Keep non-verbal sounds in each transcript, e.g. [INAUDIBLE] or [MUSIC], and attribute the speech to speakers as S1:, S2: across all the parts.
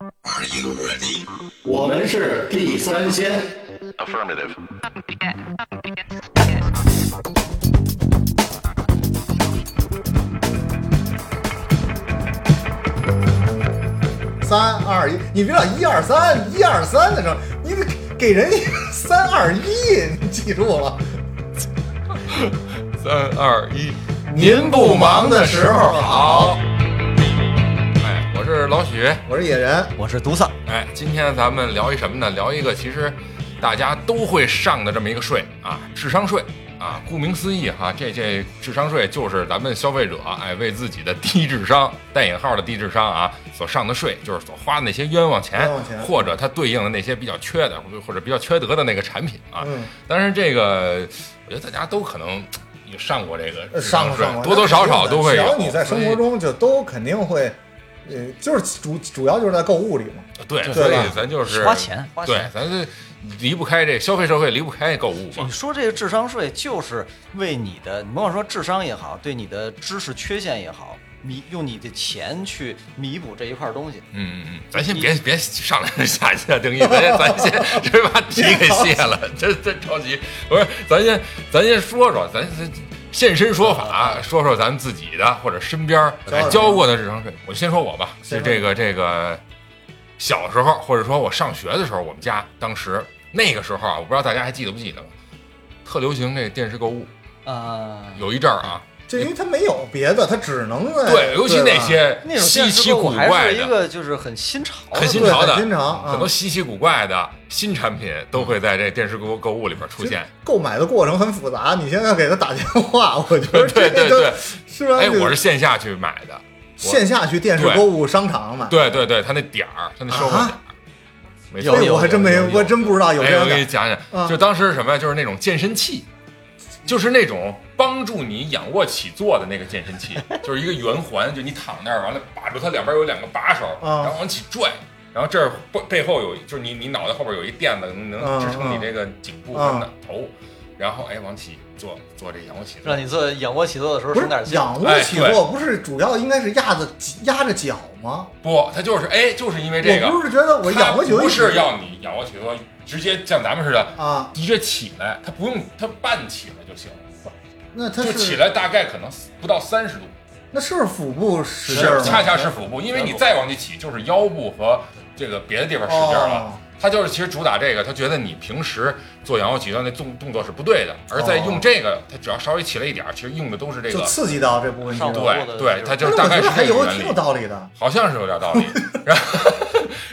S1: Are you ready?
S2: 我们是地三鲜。
S1: Affirmative.
S3: 三二一，你别老一二三一二三的时候，你得给人一个三二一，你记住了。
S4: 三二一，
S2: 您不忙的时候好。
S4: 哎，我是老许，
S3: 我是野人，
S5: 我是毒丧，
S4: 哎，今天咱们聊一什么呢？聊一个其实大家都会上的这么一个税啊，智商税啊。顾名思义哈，这这智商税就是咱们消费者哎为自己的低智商（带引号的低智商啊）所上的税，就是所花的那些冤枉钱，
S3: 冤枉钱
S4: 或者它对应的那些比较缺的或者或者比较缺德的那个产品啊。
S3: 嗯
S4: 但是这个，我觉得大家都可能。也上过这个
S3: 呃
S4: 智商
S3: 上过
S4: 税
S3: 上过，
S4: 多多少少都会
S3: 只
S4: 有。
S3: 要你在生
S4: 所
S3: 活
S4: 以
S3: 中，就都肯定会，呃，就是主主要就是在购物里嘛。
S4: 对，
S5: 对
S4: 所以
S3: 吧
S4: 咱就是
S5: 花钱花
S4: 对
S5: 钱，
S4: 咱这离不开这消费社会，离不开购物嘛
S3: 嗯
S4: 嗯
S5: 你。说这个智商税就是为你的，你甭管说智商也好，对你的知识缺陷也好，弥用你的钱去弥补这一块东西。
S4: 嗯嗯嗯，咱先别别上来就下下定义，咱先
S3: [LAUGHS]
S4: 咱先直接把题给卸了，真真着急。不是，咱先咱先说说，咱咱现身说法，啊说说咱们自己的或者身边儿
S3: 交流
S4: 交过的智商税。我先说我吧，
S3: 先
S4: 就
S3: 说
S4: 这个这个小时候，或者说我上学的时候，我们家当时那个时候啊，我不知道大家还记得不记得，特流行这电视购物，
S5: 呃，
S4: 有一阵儿啊，
S3: 就因为它没有别的，它只能呃
S6: 哎
S3: 在
S4: 对，尤其
S3: 吧
S4: 那些
S5: 那种
S4: 稀
S5: 电
S4: 奇
S5: 视购
S4: 古
S5: 物还
S4: 怪
S5: 是一
S4: 的。
S5: 个就是很新潮的，
S4: 很新
S3: 对
S4: 潮的
S3: 很新潮啊
S4: 很多稀奇古怪的新产品都会在这电视购购物里边出现。
S3: 购买的过程很复杂。你现在给他打电话，我觉得
S4: [LAUGHS] 对
S3: 这
S4: 对
S3: 个
S4: 对，
S3: 是吧？
S4: 哎，
S3: 这个
S4: 我是线下去买的，
S3: 线下去电视
S4: 对
S3: 购物商场买，
S4: 对对对，他那点儿，他那收货点儿，没错
S5: 有
S3: 哎，
S5: 有
S3: 我还真没
S5: 有有，
S3: 我真不知道有这
S4: 哎，我
S3: 样
S4: 给
S3: 的
S4: 你。讲讲，
S3: 啊
S4: 就当时是什么呀？就是那种健身器，就是那种帮助你仰卧起坐的那个健身器，就是一个圆环，就你躺那儿，完了把住它两边有两个把手，
S3: 啊
S4: 然后往起拽。然后这儿背背后有，就是你你脑袋后边有一垫子，能
S3: 啊
S4: 支撑你
S3: 啊
S4: 这个颈部
S3: 啊
S4: 和脑头，然后哎往起坐坐这仰卧起坐
S5: 让，你做仰卧起坐的时候
S3: 不是
S5: 省点劲。
S3: 仰卧
S4: 哎
S3: 起
S4: 对
S3: 坐，不是主要应该是压着压着脚吗？
S4: 不，它就是哎，就是因为这个
S3: 我，不是觉得我
S4: 它
S3: 仰卧起坐
S4: 不是要你仰卧起坐，直接像咱们似的，
S3: 啊，
S4: 直接起来，它不用它半起来就行，
S3: 那它
S4: 就是起来大概可能不到三十度，
S3: 那是腹部使劲儿
S4: 是恰
S3: 吗？
S4: 恰是腹部，因为你再往起起就是腰部和这个别的地方使劲儿了
S3: 哦。
S4: 他就是其实主打这个，他觉得你平时做仰卧起坐那动动作是不对的，而在用这个，他只要稍微起来一点儿，其实用的都是这
S3: 就
S4: 个。
S3: 刺激到这部分肌
S5: 上
S3: 肉。
S5: 火
S4: 对对，他就是
S3: 那
S4: 大
S3: 我觉
S4: 概是
S3: 得还
S4: 这个
S3: 有
S4: 原
S3: 挺
S4: 理
S3: 有。道理的。
S4: 好像是有点道 [LAUGHS] 理。然后，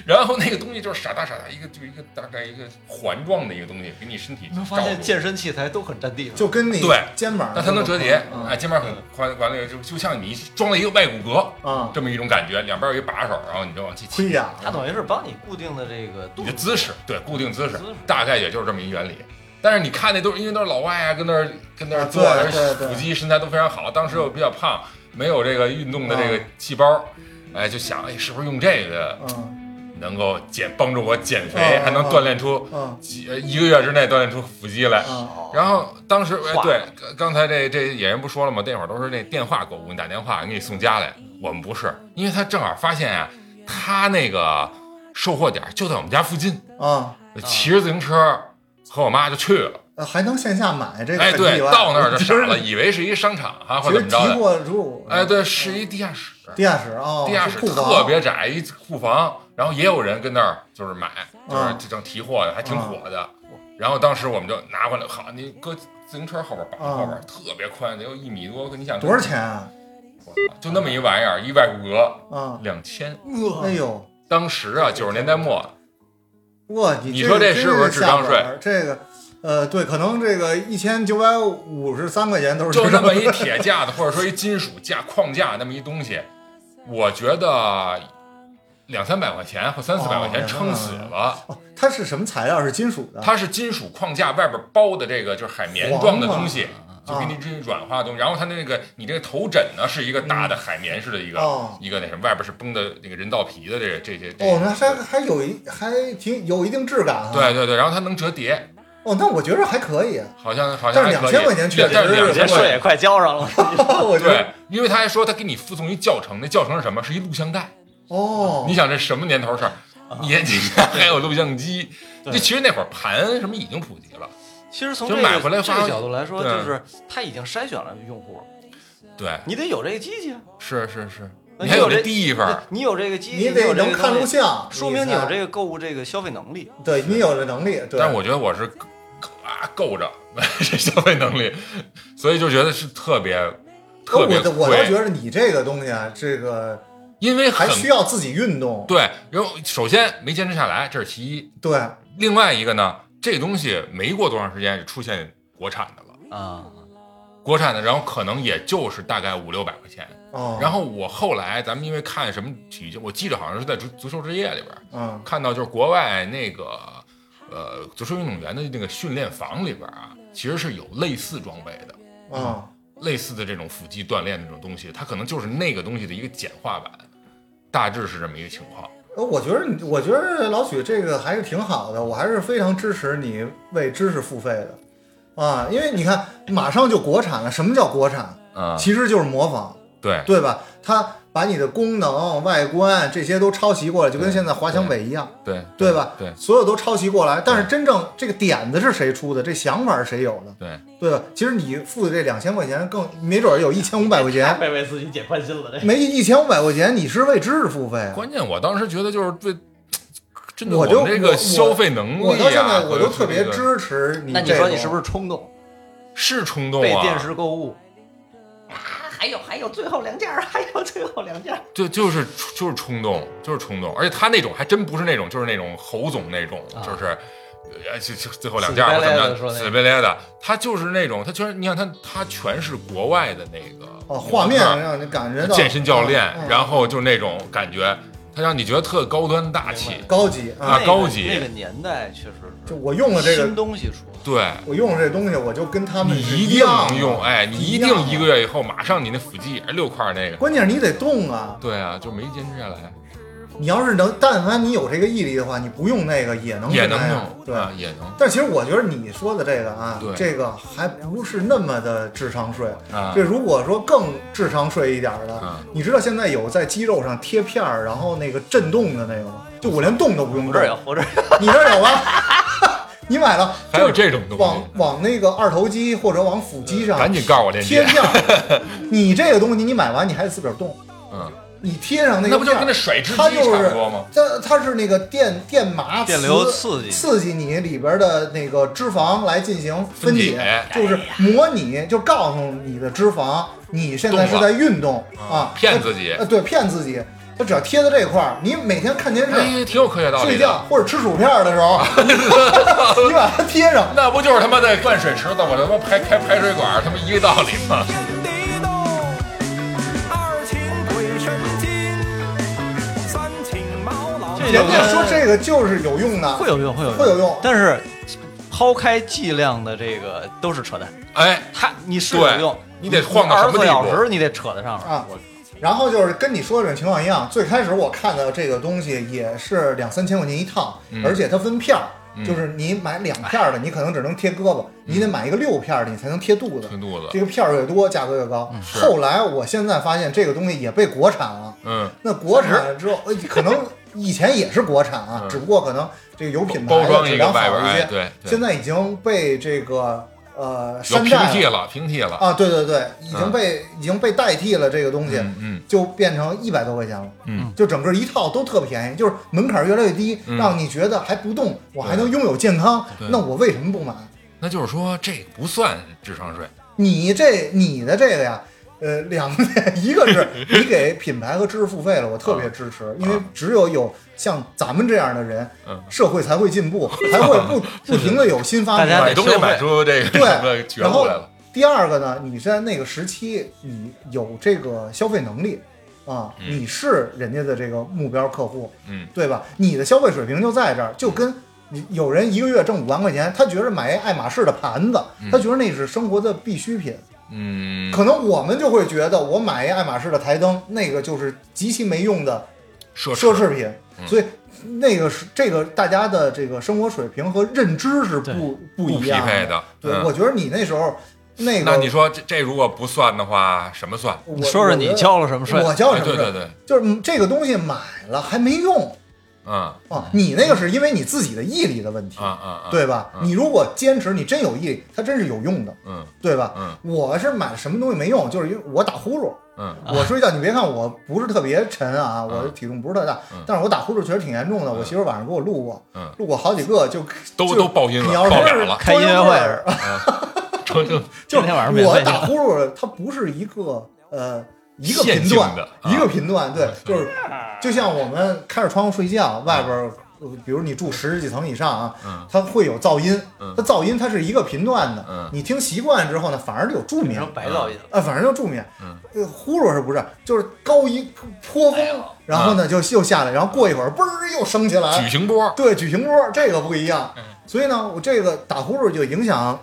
S4: 然后那个东西就是傻大傻大一个，就一个大概一个环状的一个东西，给你身体
S5: 能
S4: 罩
S5: 发现
S4: 住。
S5: 健身器材都很占地方，
S3: 就跟你
S4: 对
S3: 肩膀，
S4: 但它能折叠，
S5: 嗯
S4: 哎，
S3: 啊
S4: 肩膀很宽，完了就就像你装了一个外骨骼，
S3: 啊，
S4: 这么一种感觉，两边有一把手，然后你就往起
S3: 盔
S4: 起，
S3: 甲
S5: 它等于是帮你固定的这个
S4: 你
S5: 肚
S4: 的
S5: 子
S4: 姿势，对，固定姿势
S5: 姿势，
S4: 大概也就是这么一原理。但是你看那都是因为都是老外啊，跟那儿跟那儿
S3: 啊
S4: 做，
S3: 对对对
S4: 腹肌身材都非常好。当时我比较胖，没有这个运动的这个
S3: 啊
S4: 细胞，哎，就想哎，是不是用这个
S3: 嗯
S4: 能够减帮助我减肥，
S3: 嗯嗯
S4: 还能锻炼出
S3: 嗯
S4: 几呃一个月之内锻炼出腹肌来。
S3: 嗯，
S4: 然后当时哎
S5: 化
S4: 对，刚刚才这这演员不说了吗？那会儿都是那电话购物，你打电话给你送家来。我们不是，因为他正好发现啊，他那个售货点就在我们家附近，
S3: 啊，
S4: 骑着自行车和我妈就去了。
S3: 呃还能线下买这个
S4: 哎，
S3: 很
S4: 对，
S3: 意外，
S4: 到那儿就
S3: 其实 [LAUGHS]
S4: 傻了，以为是一商场啊，或
S3: 其
S4: 者
S3: 实
S4: 怎么着
S3: 提
S4: 的。
S3: 过入
S4: 哎，对，是一地下室，
S3: 地下室啊，
S4: 地下室
S3: 库房
S4: 特别窄，一库房，然后也有人跟那儿就是买，就是
S3: 嗯
S4: 这种提货的，还挺火的。然后当时我们就拿回来，好，你搁自行车后边绑
S3: 嗯
S4: 后边，特别宽，得有一米多，你想
S3: 多少？钱啊？
S4: 就那么一玩意儿，一外骨骼
S3: 啊，
S4: 两千。
S3: 哎呦，
S4: 当时啊，九十年代末，
S3: 哇，你
S4: 你
S3: 这个
S4: 说这
S3: 真
S4: 是不是智
S3: 下
S4: 商
S3: 本
S4: 税
S3: 儿？这个，呃，对，可能这个一千九百五十三块钱都是
S4: 就
S3: 智
S4: 那
S3: 商
S4: 么
S3: 税 [LAUGHS]
S4: 一铁架子，或者说一金属架框架那么一东西，我觉得两三百块钱或三四百块
S3: 哦
S4: 钱撑死
S3: 两
S4: 了。
S3: 哦，它是什么材料？是金属的？
S4: 它是金属框架外边包的这个就是海绵状的东西，
S3: 啊
S4: 就给你这软化的东西。然后它那个你这个头枕呢是一个大的海绵式的一个、
S3: 嗯哦
S4: 一个那什么，外边是绷的那个人造皮的这个这些。这
S3: 哦，那还还有一还挺有一定质感啊。，
S4: 对对对，然后它能折叠，
S3: 哦，那我觉得还可以。 [LAUGHS]
S4: 好像好像还可
S3: 但
S4: 以。
S3: 是2000块钱确实
S4: 但是
S3: 有
S4: 两
S3: 些
S4: 千
S5: 这
S4: 块
S5: 税也
S4: 钱。
S5: 快交上了。
S4: [LAUGHS]
S3: 我觉
S4: 对
S3: 得，
S4: 因为他还说他给你附送一教程，那教程是什么？是一录像带。
S3: 哦，啊
S4: 你想这什么年头事儿？也底下还有录像机。就其实那会儿盘什么已经普及了，
S5: 其实从
S4: 就
S5: 这
S4: 买回来
S5: 个这
S4: 发
S5: 个角度来说，
S4: 对
S5: 就是它已经筛选了用户，
S4: 对，
S5: 你得有这个机器啊，
S4: 是是是，
S5: 那
S4: 你还有
S5: 这
S4: 这地方，
S5: 你有这个机器，
S3: 你得
S5: 有这
S3: 能
S5: 个
S3: 看
S5: 东
S3: 录
S5: 西，
S3: 像，
S5: 说明你有这
S3: 个，
S5: 个购物这个消费能力。
S3: 对你有这能力。对，
S4: 但是我觉得我是够啊够着 [LAUGHS] 这消费能力，所以就觉得是特别特别
S3: 哦我我倒觉
S4: 贵，
S3: 得你这个东西啊，这个
S4: 因为
S3: 还
S4: 很
S3: 需要自己运动。
S4: 对，因为首先没坚持下来，这是其一；
S3: 对，
S4: 另外一个呢，这东西没过多长时间就出现国产的了，
S5: 啊，
S4: 国产的，然后可能也就是大概五六百块钱。
S3: 嗯，
S4: 然后我后来咱们因为看什么体育节，我记得好像是在足足球之夜里边儿
S3: 嗯
S4: 看到，就是国外那个呃足球运动员的那个训练房里边儿啊，其实是有类似装备的。
S3: 嗯，
S4: 类似的这种腹肌锻炼的这种东西，它可能就是那个东西的一个简化版，大致是这么一个情况。
S3: 呃我觉得你，我觉得老许这个还是挺好的，我还是非常支持你为知识付费的。啊，因为你看，马上就国产了。什么叫国产？
S4: 啊，
S3: 其实就是模仿，
S4: 对，
S3: 对吧？它把你的功能、外观这些都抄袭过来，就跟现在华强北一样。
S4: 对
S3: 对吧？
S4: 对
S3: 所有都抄袭过来，但是真正这个点子是谁出的，这想法是谁有的，
S4: 对，
S3: 对吧？其实你付的这两千块钱更，没准儿有一千五百块钱，
S7: 别为自己姐宽心了，这
S3: 没一千五百块钱，你是为知识付费啊。
S4: 关键我当时觉得就是对，针对
S3: 我就
S4: 们这个消费能力啊，
S3: 我到现在我
S4: 或者
S3: 都
S4: 是
S3: 特别
S4: 这个
S3: 支持你。
S5: 那你说你是不是冲动
S4: 是冲动
S5: 被
S4: 啊，
S5: 电视购物？
S7: 还有还有最后两件儿，还有最后两件儿。
S4: 对，就是就是冲动，就是冲动，而且他那种还真不是那种，就是那种侯总那种，
S5: 啊
S4: 就是，呃，就就最后两件儿或者
S7: 死皮赖
S4: 怎么
S7: 脸的
S4: 着，
S7: 说那
S4: 死皮咧的，他就是那种，他全，你看他他全是国外的那个
S3: 哦，画面
S4: 模特儿
S3: 让你感觉到
S4: 啊健身教练，
S3: 嗯嗯
S4: 然后就那种感觉，他让你觉得特高端大气。
S3: 高级
S4: 啊
S3: 啊！
S5: 那个
S4: 高级
S5: 那个年代确实是
S3: 就我用了这个
S5: 新，东西出来，
S4: 对，
S3: 我用了这东西，我就跟他们
S4: 你
S3: 是
S4: 一定
S3: 样
S4: 能
S3: 的
S4: 用，哎，你一定
S3: 样的
S4: 一个月以后，马上你那腹肌哎六块那个。
S3: 关键是你得动啊！
S4: 对啊，就没坚持下来，
S3: 你要是能，但凡你有这个毅力的话，你不用那个也能
S4: 也
S3: 跟他
S4: 能
S3: 呀
S4: 用，
S3: 对，
S4: 啊，也能。
S3: 但其实我觉得你说的这个啊
S4: 对，
S3: 这个还不是那么的智商税。
S4: 啊
S3: 这如果说更智商税一点儿的，
S4: 啊
S3: 你知道现在有在肌肉上贴片儿，然后那个震动的那个吗？就我连动都不用
S5: 我
S3: 动
S5: 这，儿有，我这儿有
S3: 你这
S4: [LAUGHS]
S3: 儿有吗？你买了？
S4: 还有这种东
S3: 往
S4: 西，呃
S3: 往那个二头肌或者往腹肌上
S4: 赶紧告诉我链
S3: 贴
S4: 接。
S3: 片儿，你这个东西你买完你还得自个儿动，
S4: 嗯，
S3: 你贴上那个
S4: 那不就
S3: 片儿
S4: 跟那甩脂机
S3: 它就是
S4: 差不多吗？
S3: 它它是那个电电麻
S5: 电流
S3: 刺
S5: 刺激
S3: 刺激你里边的那个脂肪来进行分解，
S4: 分哎
S3: 就是模拟，就告诉你的脂肪你现在是
S4: 动了嗯
S3: 在运动啊，
S4: 骗自己
S3: 它呃，对，骗自己。它只要贴在这块儿，你每天看电视、
S4: 哎，挺有科学道理
S3: 睡
S4: 的
S3: 觉。或者吃薯片的时候， [LAUGHS] 你把它贴上，
S4: 那不就是他妈的灌水池子，我他妈排开排水管，他妈一个道理吗？
S8: 天地动，二情鬼神经，三请毛老
S4: 哎
S5: 这
S3: 人
S5: 就
S3: 家
S5: 跟
S3: 说这个就是有用的，
S5: 会有用，会有
S3: 会有用
S5: 但是抛开剂量的这个都是扯淡。
S4: 哎，
S5: 它
S3: [LAUGHS]
S5: 你是
S4: 对
S5: 有用，
S4: 你得晃到什么地步
S5: 24小时你得扯得上面
S3: 啊
S5: 我
S3: 然后就是跟你说的这种情况一样，最开始我看到这个东西也是两三千块钱一套，
S4: 嗯
S3: 而且它分片儿，就是你买两片儿的，你可能只能贴胳膊，你得买一个六片儿的，你才能贴肚子
S4: 挺。嗯肚子，嗯
S3: 这个片儿越多，价格越高。后来我现在发现这个东西也被国产了。
S4: 嗯，
S3: 那国产之后，呃可能以前也是国产啊
S4: 嗯，
S3: 只不过可能这个有品牌
S4: 包
S3: 的
S4: 装
S3: 质
S4: 一个
S3: 量好
S4: 外边，
S3: 一
S4: 哎，
S3: 些。
S4: 对，对
S3: 现在已经被这个呃
S4: 有
S3: 山
S4: 平
S3: 寨
S4: 替
S3: 了
S4: 了，平替了。
S3: 啊，对对对，已
S4: 嗯
S3: 经被已经被代替了这个东西。
S4: 嗯嗯
S3: 就变成一百多块钱了，
S4: 嗯，
S3: 就整个一套都特便宜，就是门槛越来越低，
S4: 嗯
S3: 让你觉得还不动，我还能拥有健康
S4: 对，
S3: 那我为什么不买？
S4: 那就是说这不算智商税，
S3: 你这你的这个呀，呃，两 [LAUGHS] 个一个是你给品牌和知识付费了，我特别支持，因为只有有像咱们这样的人
S4: 嗯，
S3: 社会才会进步，才会不不停的有新发
S5: 大家
S3: 明
S5: 得。
S4: 买东西买出这个什么
S3: [LAUGHS] 对，
S4: 觉
S3: 然
S4: 悟
S3: 后
S4: 来了。
S3: 第二个呢，你在那个时期，你有这个消费能力啊，
S4: 嗯
S3: 你是人家的这个目标客户，
S4: 嗯，
S3: 对吧？你的消费水平就在这儿，就跟你有人一个月挣五万块钱，他觉得买一爱马仕的盘子，他觉得那是生活的必需品。
S4: 嗯，
S3: 可能我们就会觉得，我买一爱马仕的台灯，那个就是极其没用的
S4: 奢
S3: 奢
S4: 侈嗯
S3: 侈品，所以。那个是这个大家的这个生活水平和认知是不不
S4: 不
S3: 一
S4: 匹
S3: 样
S4: 配的。
S3: 对，
S4: 嗯
S3: 我觉得你那时候那个，
S4: 那你说这这如果不算的话，什么算？
S3: 我
S5: 说说你交了什么税？
S3: 我交什么
S4: 哎对
S3: 税？嗯
S4: 对对，
S3: 就是这个东西买了还没用，
S4: 啊
S3: 啊，你那个是因为你自己的毅力的问题
S4: 啊，啊啊，
S3: 对吧？你如果坚持，你真有毅力，它真是有用的，
S4: 嗯
S3: 对吧？
S4: 嗯
S3: 我是买什么东西没用，就是因为我打呼噜。
S4: 嗯
S3: 我睡觉，你别看我不是特别沉啊，我体重不是特大
S4: 嗯，
S3: 但是我打呼噜确实挺严重的。我媳妇儿晚上给我录过
S4: 嗯，
S3: 录过好几个，就
S4: 都
S3: 就
S4: 都爆音了
S3: 你要是
S4: 爆点
S3: [LAUGHS]
S4: 了
S5: 开音乐会
S3: 装
S4: 嗯，啊，成就
S5: 今 [LAUGHS] 天晚上免
S3: 我
S5: 费
S3: 打呼噜，它不是一个呃一个
S4: 线
S3: 频
S4: 性
S3: 段
S4: 的，啊
S3: 一个频段，对，就是
S5: 啊
S3: 就像我们开着窗户睡觉，外边儿。呃比如你住十几层以上
S4: 嗯
S3: 啊，它会有噪音
S4: 嗯，
S3: 它噪音它是一个频段
S4: 嗯
S3: 的，你听习惯之后呢，反而就有助
S5: 你
S3: 眠
S5: 说。白噪音了，
S3: 啊，反正就助眠。
S4: 嗯
S3: 呃，呼噜是不是？就是高一坡
S5: 哎呦
S3: 峰，然后
S4: 嗯
S3: 呢就又下来，然后过一会儿嘣儿又升起
S4: 矩
S3: 来。
S4: 形波，
S3: 对，矩形波这个不一样。
S4: 嗯
S3: 所以呢，我这个打呼噜就影响。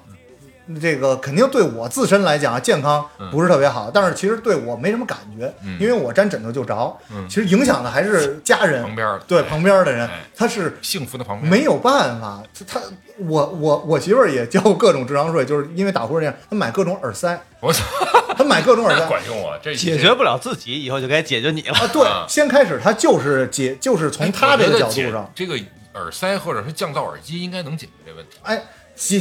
S3: 这个肯定对我自身来讲啊健康不是特别好，但是其实对我没什么感觉，
S4: 嗯
S3: 因为我沾枕头就着。
S4: 嗯
S3: 其实影响的还是家人
S4: 旁边儿的
S3: 对
S4: 哎
S3: 旁边儿的人
S4: 哎，
S3: 他是
S4: 幸福的旁边
S3: 没有办法，他我我我媳妇儿也交过各种智商税，就是因为打呼噜这样，她买各种耳塞，
S4: 我
S3: [LAUGHS]
S4: 操，
S3: 她买各种
S4: [LAUGHS]
S3: 耳塞，
S4: 管用我这
S5: 解决不了自己，以后就该解决你了。
S3: 啊，对
S4: 啊，哎
S3: 先开始他就是解，就是从他这个角度上，，
S4: 这个耳塞或者是降噪耳机应该能解决这问题。
S3: 哎，解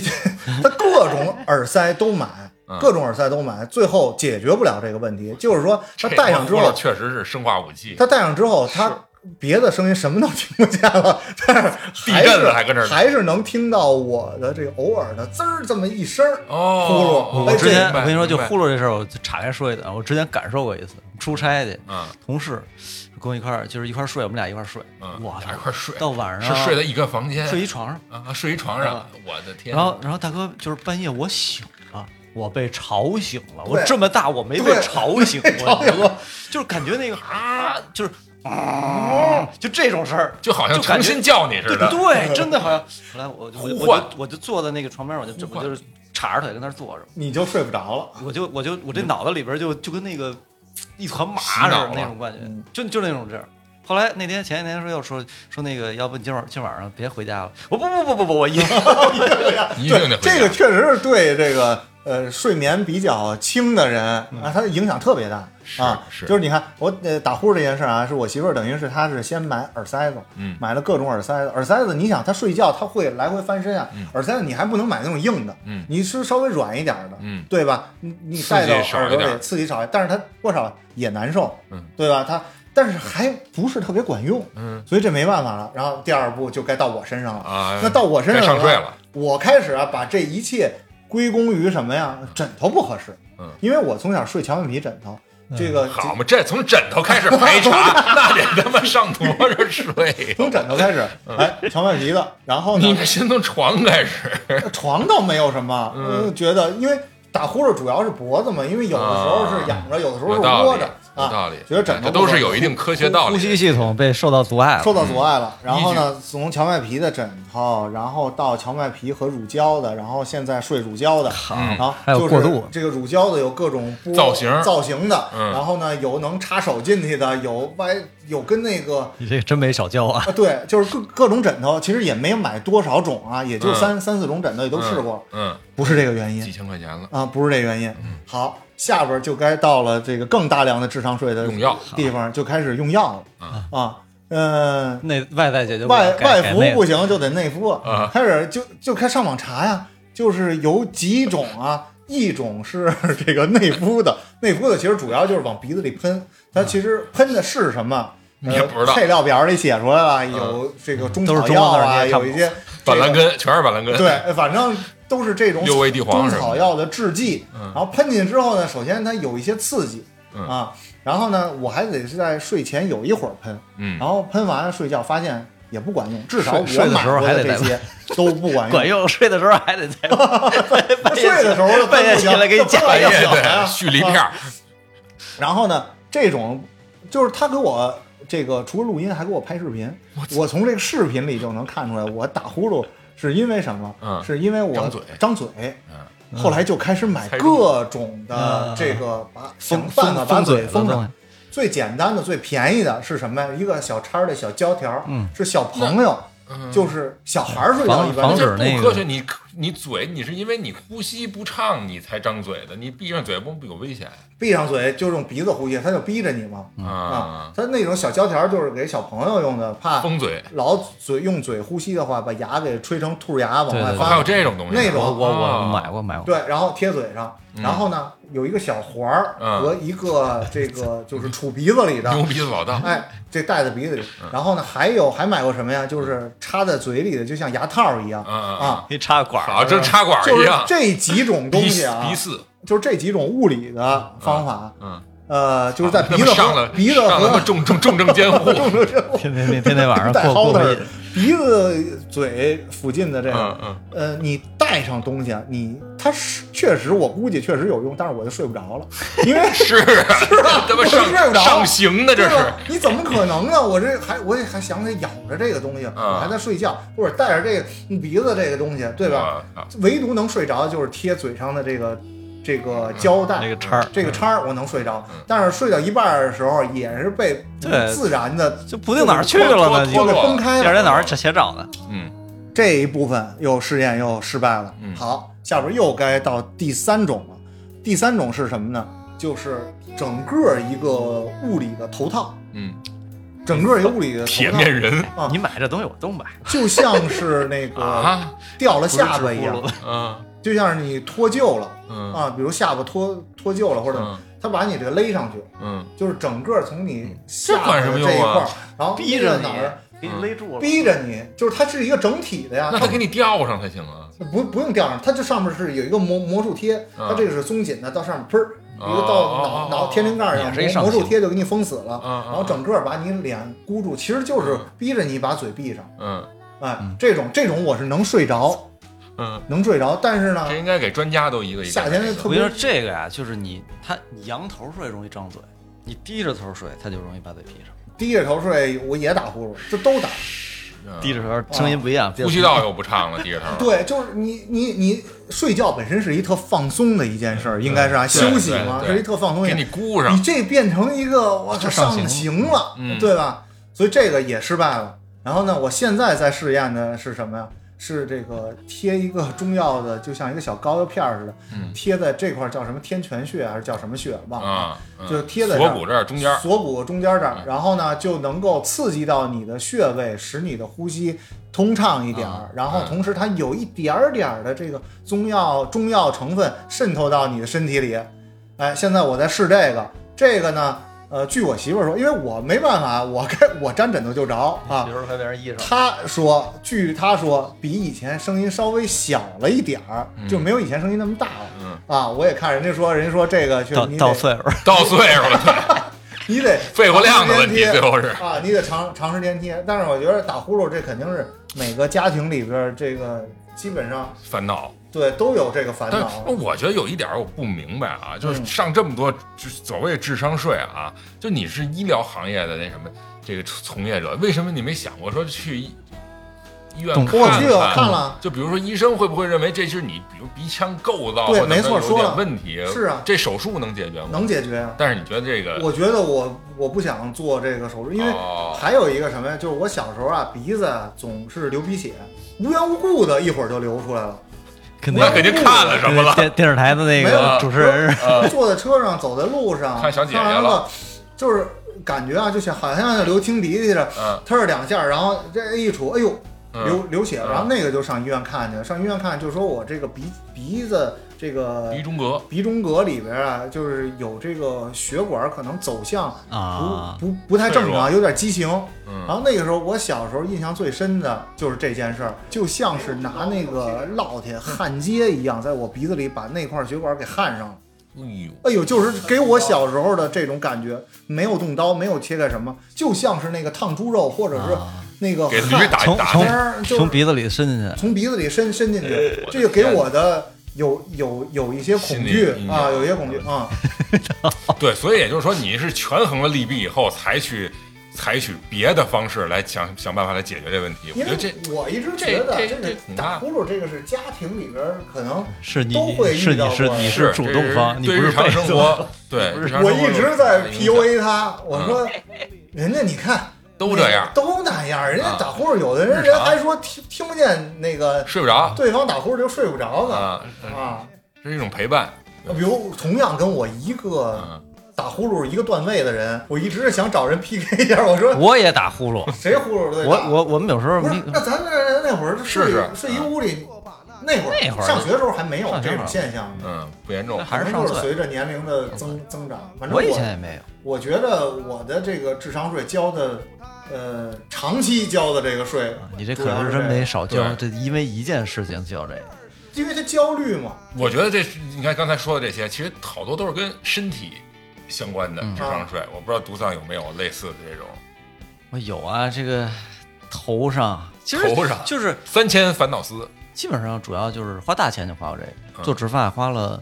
S3: 他各种耳塞都买
S4: 嗯，
S3: 各种耳塞都买，最后解决不了这个问题，就是说他
S4: 这
S3: 戴上之
S4: 我说
S3: 后
S4: 了，确实是生化武器。
S3: 他戴上之后，他别的声音什么都听不见了，但是还
S4: [LAUGHS] 地震了
S3: 是
S4: 还跟这儿
S3: 还是能听到我的这个偶尔的滋儿这么一声儿
S4: 哦
S3: 呼噜。
S4: 哦
S3: 哎，
S5: 我之前
S3: 这
S4: 明白
S5: 我跟你说，就
S4: 明白
S5: 呼噜这事儿，我岔开说一段。我之前感受过一次，出差去，
S4: 嗯
S5: 同事跟我一块儿，就是一块儿睡，我们俩一块儿睡。
S4: 嗯，
S5: 我
S4: 俩
S5: 操
S4: 一块睡，
S5: 到晚上啊
S4: 是睡在一个房间，
S5: 睡一床上，
S4: 啊，睡一床上，我的天！
S5: 然后然后大哥就是半夜我醒了。我被吵醒了，我
S3: 对
S5: 这么大我没被
S3: 对
S5: 吵
S4: [LAUGHS]
S5: 醒过，
S3: 吵醒过
S5: 就是感觉那个啊，就是啊，就这种事儿，
S4: 就好像
S5: 就感
S4: 重
S5: 觉
S4: 新叫你似
S5: 对
S4: 的，
S5: 对，真的好像。后来我就我就
S4: 呼唤
S5: 我就我就坐在那个床边，我就
S4: 呼
S5: 我
S4: 唤
S5: 就是叉着腿跟那儿坐着，
S3: 你就睡不着了。
S5: 我就我就我这脑子里边就就跟那个一团麻
S4: 洗
S5: 似
S4: 脑
S5: 的
S4: 了
S5: 那种感觉
S3: 嗯，
S5: 就就那种劲儿。后来那天前几天说又说说那个，要不你今晚今晚上别回家了。我不不不不不，我一
S4: 一定
S3: 对，
S4: 得回家
S3: 这个确实是对这个呃睡眠比较轻的人
S4: 嗯
S3: 啊，他的影响特别大
S4: 是
S3: 啊。
S4: 是
S3: 就是你看我呃打呼噜这件事儿啊，是我媳妇儿等于是她是先买耳塞子，
S4: 嗯
S3: 买了各种耳塞子，耳塞子你想她睡觉她会来回翻身啊，耳塞子你还不能买那种硬的，
S4: 嗯
S3: 你是稍微软一点儿的，
S4: 嗯
S3: 对吧？你你
S4: 刺
S3: 戴
S4: 激
S3: 到
S4: 少
S3: 耳
S4: 一
S3: 朵
S4: 点
S3: 里
S4: 儿
S3: 刺激少一点，但是它多少也难受，
S4: 嗯，
S3: 对吧？它但是还不是特别管用，
S4: 嗯，
S3: 所以这没办法了。然后第二步就该到我身上了
S4: 啊
S3: 那到我身上
S4: 该上
S3: 的
S4: 税
S3: 话
S4: 了
S3: 我开始啊，把这一切归功于什么呀？枕头不合适。
S4: 嗯
S3: 因为我从小睡荞麦皮枕头，这个
S4: 好嘛，这从枕头开始排查，那得他妈上多少
S3: [LAUGHS]
S4: 睡？
S3: 从枕头开始，
S4: 嗯
S3: 哎，荞麦皮的。然后
S4: 你
S3: 呢
S4: 这，先从床开始，
S3: 床倒没有什么，
S4: 嗯
S3: 我觉得因为打呼噜主要是脖子嘛，因为有的时候是仰着，有的时候
S4: 啊有
S3: 是
S4: 道
S3: 窝
S4: 理
S3: 着，
S4: 有
S3: 啊，
S4: 道理，
S3: 觉得枕头
S4: 这
S3: 不
S4: 都
S3: 合
S4: 是
S3: 适
S4: 有一定科学道理
S5: 呼
S4: 的。
S5: 吸系统被受到阻碍了。
S3: 受到阻碍了。然后
S4: 依
S3: 呢，从荞麦皮的枕头，然后到荞麦皮和乳胶的，然后现在睡乳胶的，然后
S5: 还有
S3: 就是
S5: 过渡
S3: 这个乳胶的有各种波
S4: 造型
S3: 造型的，
S4: 嗯
S3: 然后呢有能插手进去的，有歪有跟那个
S5: 你 [LAUGHS] 这个真没少教啊！
S3: 啊，对，就是各各种枕头，其实也没有买多少种啊，也就
S4: 嗯
S3: 三、三四种枕头也都试过，
S4: 嗯，
S3: 不是这个原
S4: 嗯，几
S3: 因
S4: 千块钱了，
S3: 啊，不是这个原因。
S4: 嗯
S3: 好，下边就该到了这个更大量的智商税的
S4: 用药
S3: 地方，就开始用药了
S4: 啊
S3: 啊，嗯、
S5: 内外在解决不
S3: 外
S5: 了改
S3: 外
S5: 改
S3: 服
S5: 内
S3: 不行就得内服
S4: 啊
S3: 开始就就开上网查呀，就是有几种啊，一种是 [LAUGHS] 这个内服的，内服的其实主要就是往鼻子里喷，它其实喷的是什么？
S4: 嗯你也
S3: 呃
S4: 不知道嗯
S3: 配料表里写出来了，有这个中
S5: 都是
S3: 草
S5: 中
S3: 药
S5: 药字儿
S3: 啊，
S5: 你也看不
S3: 有一些
S4: [LAUGHS] 板蓝
S3: 这个
S4: 根全是板蓝根，
S3: 对，反正都是这种
S4: 六味地黄
S3: 中
S4: 什么的
S3: 草药的制剂。
S4: 嗯
S3: 然后喷进去之后呢，首先它有一些刺激
S4: 嗯
S3: 啊，然后呢，我还得是在睡前有一会儿喷，
S4: 嗯
S3: 然后喷完了睡觉发现也不管用，至少
S5: 睡睡
S3: 我
S5: 的
S3: 买
S5: 时候
S3: 过
S5: 还得
S3: 这
S5: 再
S3: 些都不管
S5: 管用，睡的时候还得再半
S3: [LAUGHS]
S5: 夜
S3: 睡的时候就
S5: 半夜起来给你加
S3: 半
S4: 半夜
S3: 夜
S5: 药。
S4: 对蓄力片
S3: 啊
S4: 儿，
S3: 然后呢，这种就是他给我这个除了录音，还给我拍视频。我从这个视频里就能看出来，我打呼噜是因为什么？
S4: 嗯
S3: 是因为我
S4: 张嘴
S3: 张嘴。后来就开始买
S4: 猜中
S3: 各种的这个把想办法把嘴封上。最简单的、最便宜的是什么呀？一个小叉儿的小胶条，
S5: 嗯
S3: 是小朋友，就是小孩儿睡觉一般
S5: 防防
S3: 就
S5: 止
S4: 这
S5: 那
S4: 不
S5: 个
S4: 科学。你你嘴你是因为你呼吸不畅你才张嘴的，你闭上嘴不不有危险
S3: 闭上嘴就用鼻子呼吸，他就逼着你嘛。
S5: 嗯
S3: 啊
S4: 啊，？
S3: 他那种小胶条就是给小朋友用的，怕
S4: 封嘴，
S3: 老嘴用嘴呼吸的话，把牙给吹成兔牙往外
S5: 对对
S4: 哦还
S3: 翻。
S4: 有这种东西，
S3: 那
S5: 我
S3: 种
S5: 我我
S4: 哦
S5: 买过买过， [LAUGHS]
S3: 对，然后贴嘴上，然后呢有一个小环儿
S4: 嗯
S3: 和一个这个就是杵鼻子里的，
S4: [LAUGHS] 牛鼻子老大，
S3: 啊哎，这戴在鼻子里。
S4: 嗯
S3: 然后呢还有还买过什么呀？就是插在嘴里的，就像牙套一样
S4: 嗯嗯嗯
S3: 啊。
S5: 可以插个管儿，
S4: 好，这插管
S3: 就
S4: 一
S3: 是
S4: 样，
S3: 这几种东
S4: 鼻
S3: 西啊
S4: 鼻，饲，
S3: 就是这几种物理的方法，
S4: 嗯，
S3: 呃，就是在
S4: 那
S3: 鼻
S4: 么
S3: 子
S4: 上
S3: 和
S4: 了
S3: 鼻子
S4: 上了
S3: 和
S4: 么重重重症
S3: [LAUGHS]
S4: 监护，
S5: [LAUGHS] 天天天天天晚上
S3: 戴
S5: 过
S3: halter
S5: 过过瘾，
S3: 鼻子嘴附近的这
S4: 嗯
S3: 个，
S4: 嗯，
S3: 呃，你戴上东西，啊，你它是确实我估计确实有用，但是我就睡不着了，因为
S4: 是啊，他妈
S3: 我睡不
S4: 上
S3: 着
S4: 上刑呢，这
S3: 对
S4: 是
S3: 吧，你怎么可能呢？我这还我也还想得咬着这个东西，我还在睡觉，或者戴着这个鼻子这个东西，对吧？
S4: 啊？啊
S3: 唯独能睡着就是贴嘴上的这个这个胶带。
S5: 那个叉儿
S3: 这个叉儿我能睡着，但是睡到一半儿的时候也是被
S5: 对
S3: 自然的
S5: [LAUGHS] 就不定哪儿去了呢，你
S3: 脱了
S4: 脱落
S3: 崩开
S5: 第
S3: 了
S5: 二。天早上写写找呢，
S4: 嗯，
S3: 这一部分又试验又失败了。
S4: 嗯
S3: 好，下边又该到第三种了。第三种是什么呢？就是整个一个物理的头套，
S4: 嗯，
S3: 整个一个物理的头
S4: [LAUGHS] 铁
S3: 套，
S4: 面人
S3: 啊
S5: 你买这东西我都买，
S3: 就像是那个
S4: 啊，
S3: 掉了下巴一
S5: 不
S3: 样
S5: 是，
S4: 嗯
S3: 就像是你脱臼了
S4: 嗯
S3: 啊，比如下巴脱脱臼了，或者
S4: 嗯
S3: 他把你这个勒上去，
S4: 嗯，
S3: 就是整个从你
S4: 这
S3: 下巴
S4: 管什
S3: 的
S4: 么
S3: 这一
S4: 用啊
S3: 块儿，然后
S5: 逼
S3: 勒到
S5: 着你
S3: 哪儿，
S5: 给你勒住了，
S3: 逼着你，就是它是一个整体的呀，
S4: 啊那
S3: 它
S4: 他给你吊上才行啊，
S3: 不不用吊上，它这上面是有一个魔魔术贴，它这个是松紧的，到上面砰儿，
S4: 嗯哦
S3: 一个到脑
S4: 哦
S3: 脑天灵盖儿
S5: 也是一
S3: 上，
S5: 上
S3: 魔
S5: 刑
S3: 魔术贴就给你封死了，
S4: 嗯嗯
S3: 然后整个把你脸箍住，其实就是逼着你把嘴闭上。
S4: 嗯
S3: 哎，这种这种我是能睡着，
S4: 嗯，
S3: 能睡着，但是呢
S4: 这，应该给专家都一个一个
S3: 夏天就特
S5: 我跟
S3: 别
S5: 你说这个呀，就是你他你仰头睡容易张嘴，你低着头睡他就容易把嘴闭上，
S3: 低着头睡，我也打呼噜，这都打。
S4: 嗯
S5: 低着
S3: 嗯
S5: 头声音不一样，
S4: 呼吸道又不畅了，低着头，
S3: 对，就是你你你睡觉本身是一特放松的一件事儿，应该是啊，休息嘛，
S4: 对对
S3: 是一特放松一
S4: 给
S3: 件
S4: 你箍
S3: 你
S4: 上，
S3: 这变成一个我操
S5: 就上
S3: 上
S5: 刑
S3: 刑了，
S4: 嗯
S3: 对吧？所以这个也失败了。然后呢，我现在在试验的是什么呀？是这个贴一个中药的，就像一个小膏药片儿似的，
S4: 嗯
S3: 贴在这块儿叫什么天泉穴还是叫什么穴忘了，
S4: 啊，嗯
S3: 就贴在这
S4: 锁
S3: 儿
S4: 骨这儿中间儿，嗯
S3: 锁骨中间这儿，然后呢就能够刺激到你的穴位，使你的呼吸通畅一点儿
S4: 啊。
S3: 然后
S4: 嗯
S3: 同时它有一点儿点儿的这个中药中药成分渗透到你的身体里。哎，现在我在试这个，这个呢，呃，据我媳妇儿说，因为我没办法，我该我沾枕头就着啊
S5: 比。如快被人 [LAUGHS] 噎上，
S3: 她说，据她说，比以前声音稍微小了一点儿，就没有以前声音那么大了。
S4: 嗯
S3: 啊，我也看人家说，人家说这个确实
S5: 到
S3: 你
S5: 到
S3: 得
S5: 岁数
S3: [LAUGHS]
S5: 儿
S4: 到岁数了， [LAUGHS]
S3: 你得
S4: 肺活量的问
S3: 长时
S4: 题
S3: 间贴
S4: 最后是，
S3: 啊，你得长长时间贴。但是我觉得打呼噜这肯定是每个家庭里边儿这个基本上
S4: 烦恼。
S3: 对都有这个烦
S4: 但哦
S3: 恼。
S4: 我觉得有一点儿我不明白啊，就是
S3: 嗯
S4: 上这么多智所谓智商税啊，就你是医疗行业的那什么这个从业者，为什么你没想过说去医医院
S5: 懂
S4: 看
S3: 我去了
S4: 看
S3: 看了
S4: 就比如说医生会不会认为这是你比如鼻腔构造
S3: 对
S4: 或者
S3: 没错
S4: 有
S3: 说
S4: 点
S3: 了
S4: 问题？
S3: 是啊
S4: 这手术能解决吗？
S3: 能解决啊。
S4: 但是你觉得这个
S3: 我觉得我我不想做这个手术，因为
S4: 哦
S3: 还有一个什么呀，就是我小时候啊鼻子啊总是流鼻血，无缘无故的一会儿就流出来了。
S5: 肯定
S4: 那肯定看了什么了？
S5: [LAUGHS] 电电视台的那
S3: 没有啊
S5: 个主持人是
S3: 坐在车上，走在路上，
S4: 呃看小姐姐了
S3: 看完了，就是感觉啊，就像好像要流清鼻涕似的，
S4: 嗯
S3: 他是两下儿，然后这一杵，哎呦，
S4: 嗯
S3: 流流血，
S4: 嗯
S3: 然后那个就上医院看去了，上医院看就说我这个鼻鼻子这个
S4: 鼻中隔
S3: 鼻中隔里边啊，就是有这个血管可能走向
S5: 啊
S3: 不不不太正
S4: 脆弱
S3: 常，有点畸形。
S4: 嗯
S3: 然后那个时候我小时候印象最深的就是这件事儿，就像是拿那个烙
S4: 嗯
S3: 铁焊接一样，在我鼻子里把那块血管给焊上了。
S4: 哎呦，
S3: 哎呦，就是给我小时候的这种感觉，没有动刀，没有切开什么，就像是那个烫猪肉，或者是那个
S4: 给驴
S3: 焊
S4: 打
S5: 从
S4: 打
S5: 从
S3: 打就是
S5: 从鼻子里伸进去，
S3: 从鼻子里伸伸进
S4: 哎
S3: 去，这个给我的有有有一些恐惧
S4: 心理阴影嗯
S3: 啊，有一些恐惧啊，
S4: 对，所以也就是说，你是权衡了利弊以后，才去采取别的方式来想想办法来解决这问题。我
S3: 因
S4: 觉
S3: 为
S4: 得这
S3: 我一直觉得
S4: 这
S3: 就
S4: 这
S3: 是
S4: 这嗯挺
S3: 打
S4: 大
S3: 呼噜这个是家庭里边儿可能
S5: 是你
S3: 都会
S5: 是
S3: 遇到过
S5: 你是你
S4: 是
S5: 主
S4: 这
S5: 动方，你不
S4: 对
S5: 是
S4: 日常
S5: 被
S4: 生
S5: 动
S4: 活，对，日常
S3: 我
S4: 生活
S3: 一
S4: 中
S3: 直在
S4: 影响嗯
S3: PUA 他，我说人家你看
S4: 都这样啊
S3: 都那样，人家打呼呼，有的人
S4: 日常
S3: 人还说听听不见那个
S4: 睡不着
S3: 对方打呼就睡不着呢
S4: 啊，
S3: 啊。
S4: 这是一种陪伴。
S3: 比如同样跟我一个
S4: 嗯，
S3: 打呼噜一个段位的人，我一直是想找人 PK 一下，我
S5: [LAUGHS]
S3: 说
S5: 我也打呼噜，
S3: 谁呼噜最大？
S5: 我我我们有时候
S3: 不是，那咱们那会儿睡
S4: 是是
S3: 睡一屋里，
S4: 啊
S3: 那会儿
S5: 那会儿
S3: 上学的时候还没有
S5: 上学
S3: 这
S5: 的时
S3: 种
S5: 候
S3: 现象呢，
S4: 嗯，不严重。
S5: 还是
S3: 可能就
S5: 上
S3: 是
S5: 岁
S3: 随着年龄的增增长。反正
S5: 我以前也没有，
S3: 我觉得我的这个智商税交的，呃，长期交的这个税，
S5: 啊你这
S3: 主
S5: 可
S3: 要
S5: 能
S3: 是
S5: 真没
S3: 个，
S5: 少交，
S3: 啊
S5: 这因为一件事情交这个。
S3: 因为他焦虑嘛，
S4: 我觉得这是你看刚才说的这些，其实好多都是跟身体相关的
S5: 嗯
S4: 智商税。我不知道独丧有没有类似的这种
S5: 我有啊，这个头上其实
S4: 头上
S5: 就是
S4: 三千烦恼丝。
S5: 基本上主要就是花大钱就花过这
S4: 嗯
S5: 个，做植发花了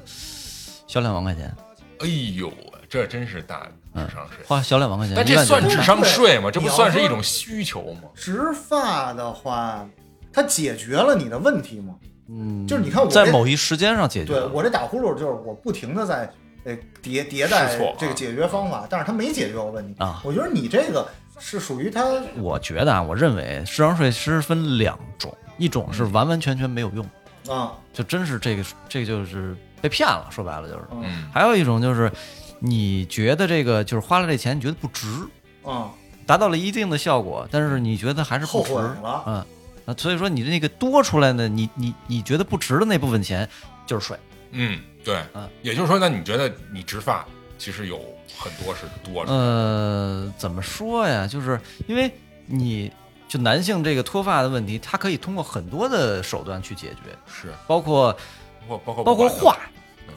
S5: 小两万块钱，
S4: 哎呦，这真是大智商税。
S5: 花小两万块钱，
S4: 但
S5: 一
S4: 这
S5: 万九
S4: 算
S5: 千
S4: 智商税吗？这不算是一种需求吗？
S3: 植发的话，它解决了你的问题吗？
S5: 嗯，
S3: 就是你看我
S5: 在
S3: 这
S5: 某一时间上解决
S3: 对
S5: 了，
S3: 我这打呼噜就是我不停的在呃迭迭代
S4: 试错啊
S3: 这个解决方法，但是它没解决我问题
S5: 啊
S3: 我觉得你这个是属于它
S5: 我觉得啊，我认为智商税其实分两种，一种
S3: 嗯
S5: 是完完全全没有用，
S3: 啊，
S5: 就真是这个这个就是被骗了，说白了就是；
S4: 嗯，
S5: 还有一种就是你觉得这个就是花了这钱你觉得不值，
S3: 啊，
S5: 达到了一定的效果，但是你觉得还是不值
S3: 后悔了
S5: 嗯，那所以说你那个多出来的，你你你觉得不值的那部分钱就是税，
S4: 嗯，对
S5: 嗯，
S4: 也就是说，那你觉得你植发其实有很多是多的，
S5: 呃，怎么说呀？就是因为你就男性这个脱发的问题，它可以通过很多的手段去解决，
S4: 是
S5: 包括
S4: 包括包括
S5: 嗯包括画，
S3: 嗯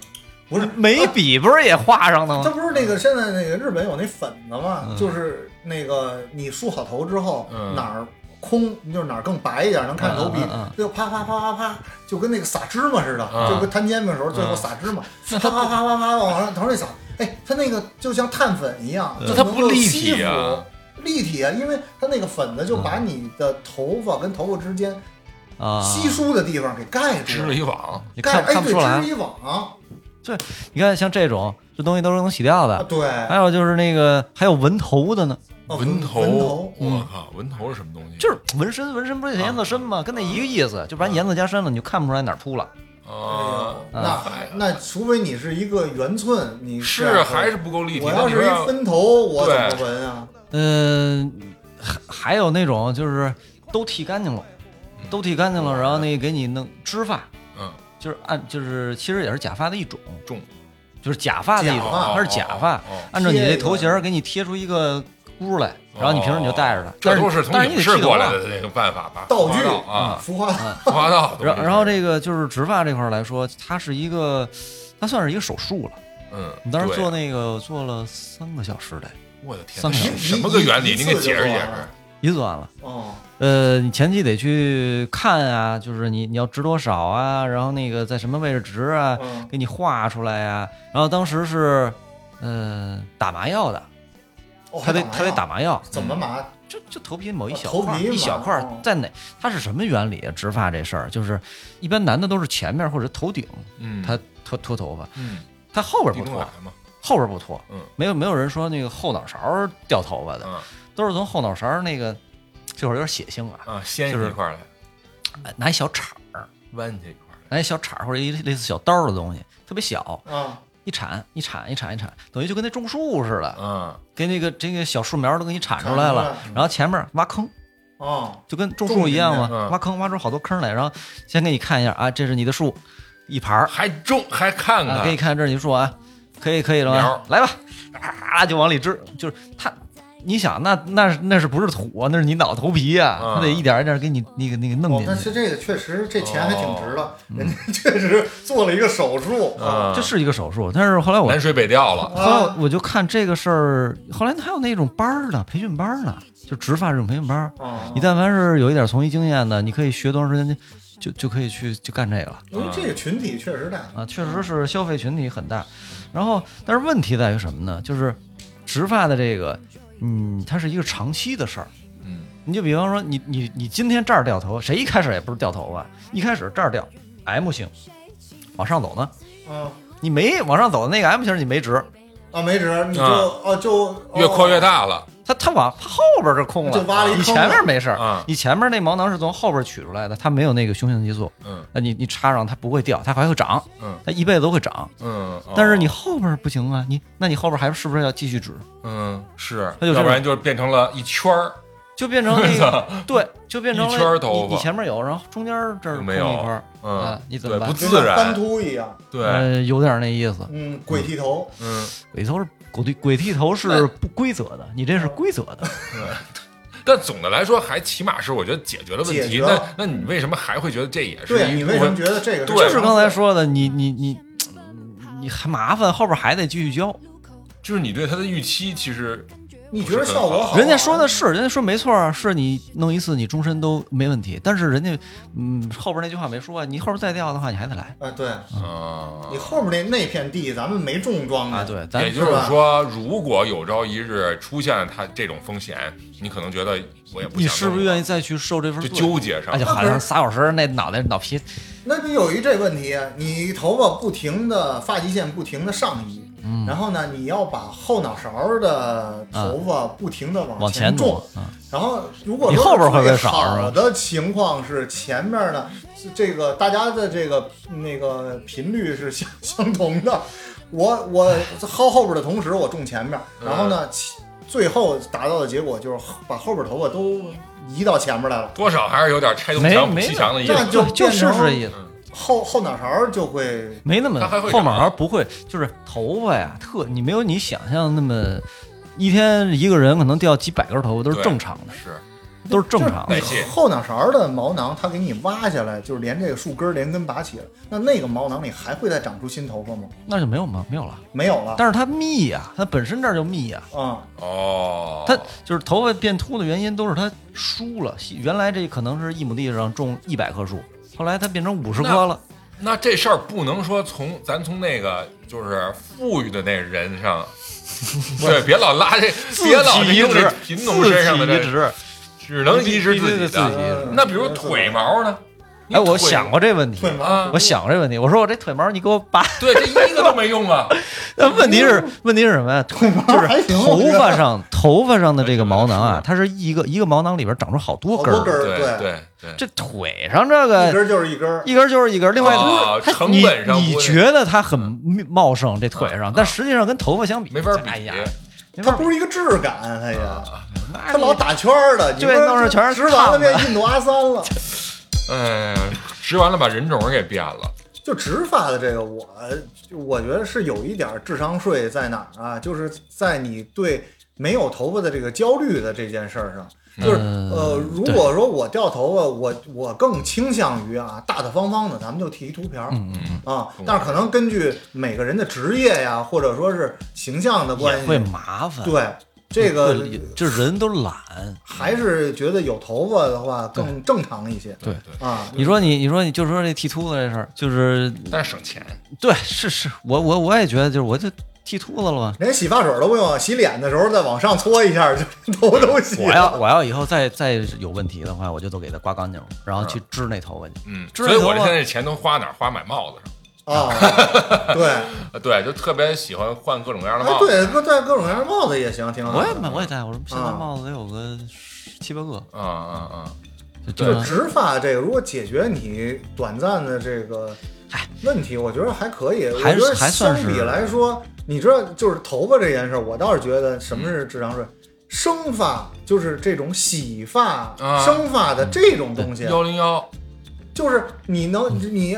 S3: 不是
S5: 眉笔不是也画上了
S3: 它
S5: 吗？
S3: 不是那个现在那个日本有那粉子嘛，就是那个你梳好头之后、
S4: 嗯
S3: 哪儿空，就是哪儿更白一点，能看头皮，
S5: 嗯嗯嗯
S3: 就啪啪啪啪啪，就跟那个撒芝麻似的，
S4: 啊
S3: 就跟摊煎饼的时候最后撒芝麻，啪啪啪啪啪往上头上一撒，哎，它那个就像碳粉一样，
S4: 嗯
S3: 就
S4: 它
S3: 能
S4: 不
S3: 够
S4: 立
S3: 吸
S4: 体啊
S3: 附。立体啊，因为它那个粉子就把你的头发跟头发之间
S5: 啊，
S3: 稀疏的地方给盖住
S4: 织了一网，
S5: 你
S3: 盖
S5: 看看
S3: 哎
S5: 不出来啊
S3: 对，织。一网
S5: 你看像这种，这东西都是能洗掉
S3: 啊，
S5: 的。
S3: 对，
S5: 还有就是那个还有纹头的呢，
S3: 哦
S4: 纹
S3: 头纹
S4: 头，我靠，纹头是什么东西？
S5: 嗯就是纹身，纹身不是颜色深吗？跟那一个意思，就把你颜色加深了，你就看不出来哪儿秃了。
S4: 啊，
S3: 哎
S5: 嗯
S3: 那那除非你是一个圆寸，你这样
S4: 是
S3: 说
S4: 还是不够立体。
S3: 我
S4: 那
S3: 要
S4: 你
S3: 是
S4: 说
S3: 一
S4: 要
S3: 分头，我怎
S4: 对
S3: 么纹啊？
S5: 嗯，还还有那种就是都剃干净了，都剃干净了，然后那个给你弄植发，
S4: 嗯，
S5: 就是按就是其实也是假发的一种，
S4: 重
S5: 就是假发的一种
S3: 假发，
S5: 它是假发
S4: 哦哦哦，
S5: 按照你
S3: 贴一
S5: 这
S3: 个
S5: 头型儿给你贴出一个箍来，然后你平时你就戴着它。
S4: 哦这
S5: 但
S4: 都
S5: 是
S4: 从
S5: 但是你
S4: 影
S5: 得
S4: 视
S5: 剃头
S4: 过来
S5: 啊。
S4: 的这个办法吧？
S3: 道具
S4: 服化道啊，
S3: 服化道，
S4: 服化道。
S5: 然然后，这个就是植发这块儿来说，它是一个，它算是一个手术了。
S4: 嗯，
S5: 你当时
S4: 对
S5: 做那个做了三个小时的，
S4: 我的天
S5: 三
S4: 哪，
S5: 个小
S4: 什什
S5: 时
S4: 么个原理？
S3: 一
S4: 您给
S3: 一次就
S4: 解释解
S3: 做完
S4: 释
S3: 了。
S5: 一做完了。
S3: 哦，
S5: 呃，你前期得去看啊，就是你你要值多少啊，然后那个在什么位置值啊，
S3: 嗯
S5: 给你画出来呀、然后当时是，呃，打麻药的，
S3: 哦
S5: 他得
S3: 还麻
S5: 他得
S3: 药
S5: 打麻嗯药，
S3: 怎么麻？
S5: 就就头皮某一
S3: 哦
S5: 小
S3: 头
S5: 块儿，
S3: 皮
S5: 一小
S3: 麻
S5: 块儿
S3: 哦
S5: 在哪？它是什么原理啊？植发这事儿就是，一般男的都是前面或者头顶，
S4: 嗯，
S5: 他脱脱头发，
S4: 嗯，
S5: 他后边
S4: 地
S5: 不
S4: 中
S5: 脱
S4: 海，嘛，
S5: 后边不脱，
S4: 嗯，
S5: 没有没有人说那个后脑勺掉头发的，
S3: 嗯
S4: 啊
S5: 都是从后脑勺那个，这会儿有点血腥啊，
S4: 啊，掀
S5: 就是
S4: 一块儿来，
S5: 呃拿一小铲儿。
S4: 弯这一块儿来。
S5: 拿一小铲儿或者一类似小刀的东西，特别小，
S3: 啊，
S5: 一铲一铲一铲一铲，等于就跟那种树似的，
S4: 嗯，
S5: 跟那个这个小树苗都给你铲出
S3: 铲
S5: 来
S3: 出
S5: 了
S3: 来，
S5: 然后前面挖坑，
S3: 哦，
S5: 就跟种树一样
S3: 种
S4: 进去嗯
S5: 嘛，挖坑挖出好多坑来，然后先给你看一下啊，这是你的树，一盘儿
S4: 还种还看
S5: 啊，给你
S4: 看，
S5: 看这是你的树啊，可以可以了
S4: 苗儿
S5: 吧？来吧，啊就往里支，就是它。你想，那那那是不是土啊？那是你脑头皮呀、
S4: 嗯
S5: 它得一点一点给你那个那个弄
S3: 哦，
S5: 进
S3: 但
S5: 去
S3: 是，这个确实这钱还挺值
S5: 哦
S3: 的，
S5: 嗯
S3: 人家确实做了一个手术，啊
S4: 嗯，
S5: 这是一个手术。但是后来我
S4: 南水北调了。
S5: 后来我就看这个事儿，后来还有那种班儿呢，培训班儿呢，就植发这种培训班儿。
S3: 哦
S5: 你但凡是有一点从医经验的，你可以学多长时间就就可以去就干这个了
S3: 因为这个群体确实大，
S5: 啊！确实是消费群体很大。然后，但是问题在于什么呢？就是植发的这个，嗯，它是一个长期的事儿。
S4: 嗯，
S5: 你就比方说你你你今天这儿掉头，谁一开始也不是掉头发，一开始这儿掉 M 型，往上走呢，
S3: 嗯
S5: 你没往上走的那个 M 型你没植，
S3: 啊，没辙，你就
S4: 啊
S3: 哦就
S4: 越扩越，
S3: 哦
S4: 大了，
S5: 它它往后边这空了，
S3: 就挖了一
S5: 你
S3: 坑
S5: 前面没事儿
S4: 啊
S5: 你前面那毛囊是从后边取出来的，它没有那个雄性激素，
S4: 嗯
S5: 那你你插上它不会掉，它还会长，
S4: 嗯
S5: 它一辈子都会长。
S4: 嗯，哦
S5: 但是你后边不行啊，你那你后边还是不是要继续植？
S4: 嗯是，
S5: 它就
S4: 要
S5: 这样
S4: 不然就变成了一圈儿，
S5: 就变成
S4: [LAUGHS]
S5: 那个对，就变成了
S4: 一圈头发
S5: 你你前面有，然后中间这儿
S4: 就
S5: 空
S4: 没
S5: 一
S4: 有
S5: 块儿，
S4: 嗯
S5: 啊，你怎么办
S4: 对不
S3: 就
S4: 自
S3: 像
S4: 然
S3: 斑秃一样，
S4: 对，
S5: 呃，有点那意思。
S3: 嗯，鬼剃头，
S4: 嗯，
S5: 鬼头是鬼剃鬼剃头是不规则的，你这是规则的。
S4: 但总的来说还起码是我觉得解决了问
S3: 解
S4: 题。
S3: 决
S4: 那
S3: 了
S4: 那你为什么还会觉得这也是
S3: 对啊
S4: 一
S3: 你
S4: 部
S3: 为什么
S4: 分
S3: 觉得这个
S4: 对
S5: 就是刚才说的，你你你你还麻烦，后边还得继续教。
S4: 就是你对它的预期其实
S3: 你觉得效果好？啊
S5: 人家说的是，人家说没错啊，是你弄一次你终身都没问题。但是人家嗯后边那句话没说啊，你后边再掉的话你还得来
S3: 啊，对
S5: 嗯
S4: 啊
S3: 你，后面那那片地咱们没种庄
S5: 啊。
S3: 稼，
S5: 对，咱
S4: 嗯也就是说，如果有朝一日出现了它这种风险，你可能觉得我也不
S5: 你
S4: 想
S5: 是不是
S4: 弄了
S5: 愿意再去受这份
S4: 就
S5: 罪？
S4: 纠结上
S5: 而且
S4: 了？
S5: 好像仨小时那脑袋脑皮
S3: 那你有一这问题，你头发不停的发际线不停的上移，
S5: 嗯
S3: 然后呢，你要把后脑勺的头发不停的
S5: 往
S3: 前
S5: 前
S3: 种，
S5: 挪啊
S3: 然后如果
S5: 你
S3: 说
S5: 后边会不会
S3: 最
S5: 少啊是吧
S3: 好的情况是前面呢，是这个大家的这个那个频率是相相同的，我我薅后边的同时我种前面，
S5: 嗯
S3: 然后呢，其最后达到的结果就是把后边头发都移到前面来了，
S4: 多少还是有点拆东
S5: 没
S4: 墙补
S5: 没
S4: 西墙的意
S3: 这样
S4: 思。
S3: 就
S5: 就
S3: 变
S5: 是
S3: 成
S5: 这意思。
S3: 后后脑勺就会
S5: 没那么
S4: 它还会
S5: 后
S4: 长
S5: 脑勺不会，就是头发呀，特你没有你想象那么一天一个人可能掉几百根头发都是
S4: 对
S5: 正常的，
S4: 是，
S5: 都是正常
S4: 代
S5: 的。
S4: 谢
S3: 后脑勺的毛囊，它给你挖下来，就是连这个树根儿连根拔起了。那那个毛囊里还会再长出新头发吗？
S5: 那就没有嘛，没有了。
S3: 没有了。
S5: 但是它密呀、它本身这儿就密呀、
S3: 啊、
S4: 哦，
S5: 它就是头发变秃的原因都是它疏了，细原来这可能是一亩地上种一百棵树，后来它变成五十棵了。
S4: 那这事儿不能说从咱从那个就是富裕的那人
S5: [LAUGHS]
S4: 上，对，别老拉这，别老
S5: 移
S4: 用这
S5: 植，
S4: 贫农身上的
S5: 自
S4: 这
S5: 己移，植。
S4: 只能移植
S5: 必须
S4: 自
S5: 得
S4: 己
S5: 自己移
S4: 的。
S5: 植
S4: 那比如腿毛呢？你
S5: 哎，我
S4: 腿
S5: 想过这问题
S3: 腿，毛
S4: 啊
S5: 我想过这问题。我说我这腿毛你给我拔， [LAUGHS]
S4: 对，这一个都没用 [LAUGHS] 啊。
S5: 但问题是问题是什么呀？
S3: 腿毛
S5: 就是
S3: 还行，
S5: 头
S3: 我觉
S5: 发
S3: 得
S5: 上头发上的这个毛囊
S4: 哎
S5: 啊，它是一个一个毛囊里边长出好多
S3: 好
S5: 根
S3: 多根
S5: 儿。
S3: 儿，
S4: 对
S3: 对，
S4: 对对，
S5: 这腿上这
S3: 一根
S5: 个
S3: 儿就是一根儿。
S5: 一根儿就是一根儿，另外
S4: 啊
S5: 它
S4: 成
S5: 你
S4: 本上
S5: 你
S4: 不会
S5: 觉得它很茂盛，这腿
S4: 啊
S5: 上，但实际上跟头发相比
S4: 没法
S5: 哎
S4: 比
S5: 呀，，没
S3: 它
S5: 法比
S3: 不是一个质感，它也，
S5: 那
S3: 它老
S5: 你
S3: 打圈儿的，
S5: 啊对弄得全是
S3: 植完了
S5: 烫的
S3: 变印度阿三了。
S4: 哎，植完了把人种儿给变了。
S3: 就植发的这个，我我觉得是有一点智商税在哪儿啊？就是在你对没有头发的这个焦虑的这件事儿上，就是
S5: 嗯
S3: 呃，如
S5: 对
S3: 果说我掉头发，我我更倾向于啊大大方方的，咱们就剃一秃瓢儿
S5: 嗯嗯
S3: 啊。但是可能根据每个人的职业呀，或者说是形象的关
S5: 也会
S3: 系，
S5: 麻烦。
S3: 对这个
S5: 会这人都懒。
S3: 还是觉得有头发的话更正常一些
S5: 对，
S3: 啊。
S5: 你说你，你说你就说这剃秃子这事儿，就是
S4: 但是省钱，
S5: 对，是是，我我我也觉得，就是我就剃秃子了 [LAUGHS] 嘛。
S3: 连洗发水都不用，洗脸的时候再往上搓一下，就 [LAUGHS] 头都洗
S5: 我
S3: 了。
S5: 要我要以后再再有问题的话，我就都给它刮干净了，然后去治那头发去。
S4: 嗯，
S5: 治
S4: 所以
S5: 那头
S4: 我这
S5: 发
S4: 现在钱都花哪儿？花买帽子上。
S5: [LAUGHS]
S3: 啊，对，
S4: 呃对，就特别喜欢换各种各样的
S3: 哎
S4: 帽，子。
S3: 对，各戴各种各样的帽子也行，挺好
S5: 我
S3: 的。
S5: 也买，我也戴，我说现在
S3: 啊
S5: 帽子得有个十七八个，
S4: 啊啊啊！
S5: 就
S4: 对
S3: 就
S5: 正常
S3: 植发这个，如果解决你短暂的这个问题，我觉得还可以。
S5: 哎还
S3: 我觉得
S5: 还算
S3: 相
S5: 是
S3: 比来说，你知道，就是头发这件事儿，我倒是觉得什么是智商税。生发就是这种洗发、
S4: 啊
S3: 生发的这种东西，啊
S4: 幺零幺，
S3: 就是你能你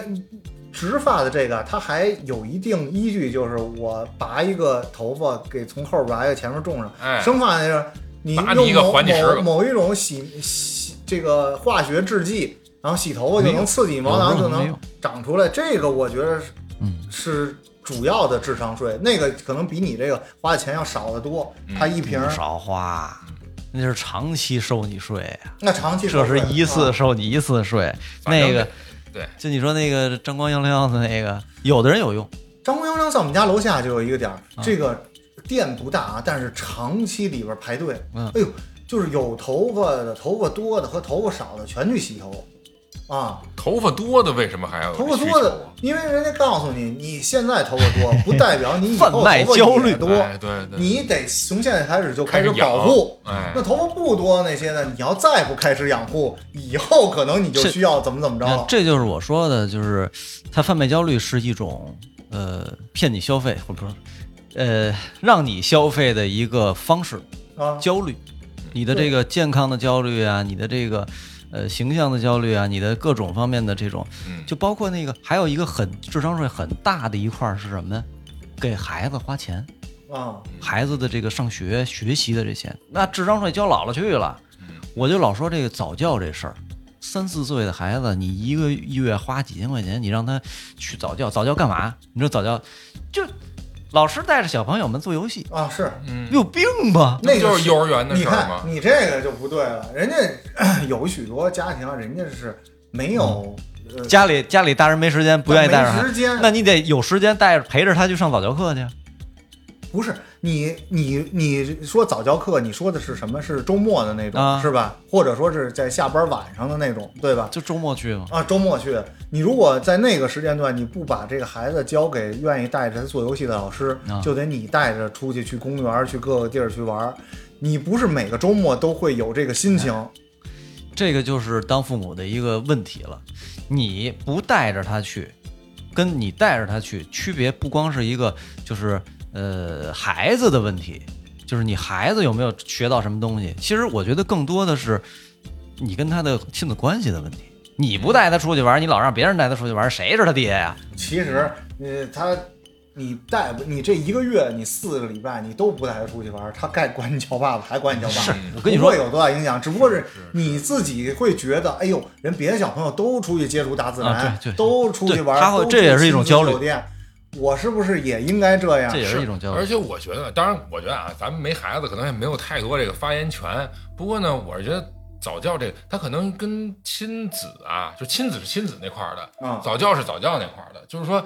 S3: 植发的这个，它还有一定依据，就是我拔一个头发给从后边拔一个前面种上，
S4: 哎
S3: 生发那个你
S4: 拔
S3: 用
S4: 你一个
S3: 某
S4: 还你十个
S3: 某某一种洗洗这个化学制剂，然后洗头发
S5: 没
S3: 就
S5: 用
S3: 能刺激毛
S5: 有
S3: 囊
S5: 时候
S3: 就
S5: 没
S3: 能
S5: 用
S3: 长出来，这个我觉得是
S5: 嗯，
S3: 是主要的智商税，那个可能比你这个花的钱要少得多，
S4: 嗯
S3: 它一瓶儿
S5: 不少花，那是长期收你税啊。
S3: 那长期
S5: 这
S3: 收
S5: 是
S3: 费
S5: 一次
S3: 啊
S5: 收你一次税，
S4: 反正
S5: 那个
S4: 对，
S5: 就你说那个张光幺零幺的那个，有的人有用，
S3: 张公幺零在我们家楼下就有一个点儿，这个店不大啊，但是长期里边排队，
S5: 嗯
S3: 哎呦，就是有头发的、头发多的和头发少的全去洗头，啊，
S4: 头发多的为什么还要有
S3: 头发
S4: 需
S3: 多
S4: 求
S3: 的
S4: 啊，
S3: 因为人家告诉你，你现在头发多，不代表你以后头
S5: 贩
S3: 发
S5: 卖
S3: 也
S5: 焦虑
S3: 多，
S4: 哎对对，
S3: 你得从现在开始就
S4: 开
S3: 开
S4: 始
S3: 始
S4: 养
S3: 保护。
S4: 哎
S3: 那头发不多那些呢，你要再不开始养护，以后可能你就是需要怎么怎么着
S5: 那
S3: 了。
S5: 这就是我说的，就是他贩卖焦虑是一种呃骗你消费，或者说呃让你消费的一个方式。
S3: 啊，
S5: 焦虑，你的这个健康的焦虑啊，你的这个呃形象的焦虑啊，你的各种方面的这种，
S4: 嗯
S5: 就包括那个还有一个很智商税很大的一块儿是什么呢？给孩子花钱，
S3: 啊，
S5: 孩子的这个上学学习的这些，那智商税交老了去了。我就老说这个早教这事儿，三四岁的孩子，你一个月花几千块钱，你让他去早教，早教干嘛？你说早教就老师带着小朋友们做游戏，
S3: 啊，是
S5: 有病吧？
S3: 那个
S4: 就是嗯幼儿园的
S3: 你
S4: 事儿
S3: 看
S4: 吗？
S3: 你这个就不对了，人家 [CLEARS THROAT] 咳有许多家庭，人家是没有、呃
S5: 家里家里大人没时嗯间，不愿意带着孩
S3: 没
S5: 子，
S3: 时间，
S5: 那你得有时间带着陪着他去上早教课去。
S3: 不是你你你说早教课，你说的是什么？是周末的那种、
S5: 啊
S3: 是吧？或者说是在下班晚上的那种，对吧？
S5: 就周末去嘛。
S3: 啊，周末去，你如果在那个时间段，你不把这个孩子交给愿意带着他做游戏的老师，
S5: 啊
S3: 就得你带着出去去公园儿、去各个地儿去玩儿。你不是每个周末都会有这个心情，
S5: 哎这个就是当父母的一个问题了。你不带着他去，跟你带着他去，区别不光是一个就是呃孩子的问题，就是你孩子有没有学到什么东西。其实我觉得更多的是你跟他的亲子关系的问题。你不带他出去玩，你老让别人带他出去玩，谁是他爹呀？
S3: 其实，呃，他，你带不，你这一个月，你四个礼拜，你都不带他出去玩儿，他该管你叫爸爸还管你叫爸爸。
S5: 是我跟你说
S3: 不会有多大影响，只不过是你自己会觉得，哎呦，人别的小朋友都出去接触大自然，
S5: 啊对对
S3: 都出去玩儿，
S5: 对他会
S3: 都
S5: 这也是一种焦虑
S3: 酒店，我是不是也应该这样
S5: 这？也是一种教育。
S4: 而且我觉得，当然，我觉得啊，咱们没孩子，可能也没有太多这个发言权。不过呢，我是觉得早教这个，它可能跟亲子啊，就亲子是亲子那块儿的，
S5: 啊
S3: 嗯
S4: 早教是早教那块儿的，就是说。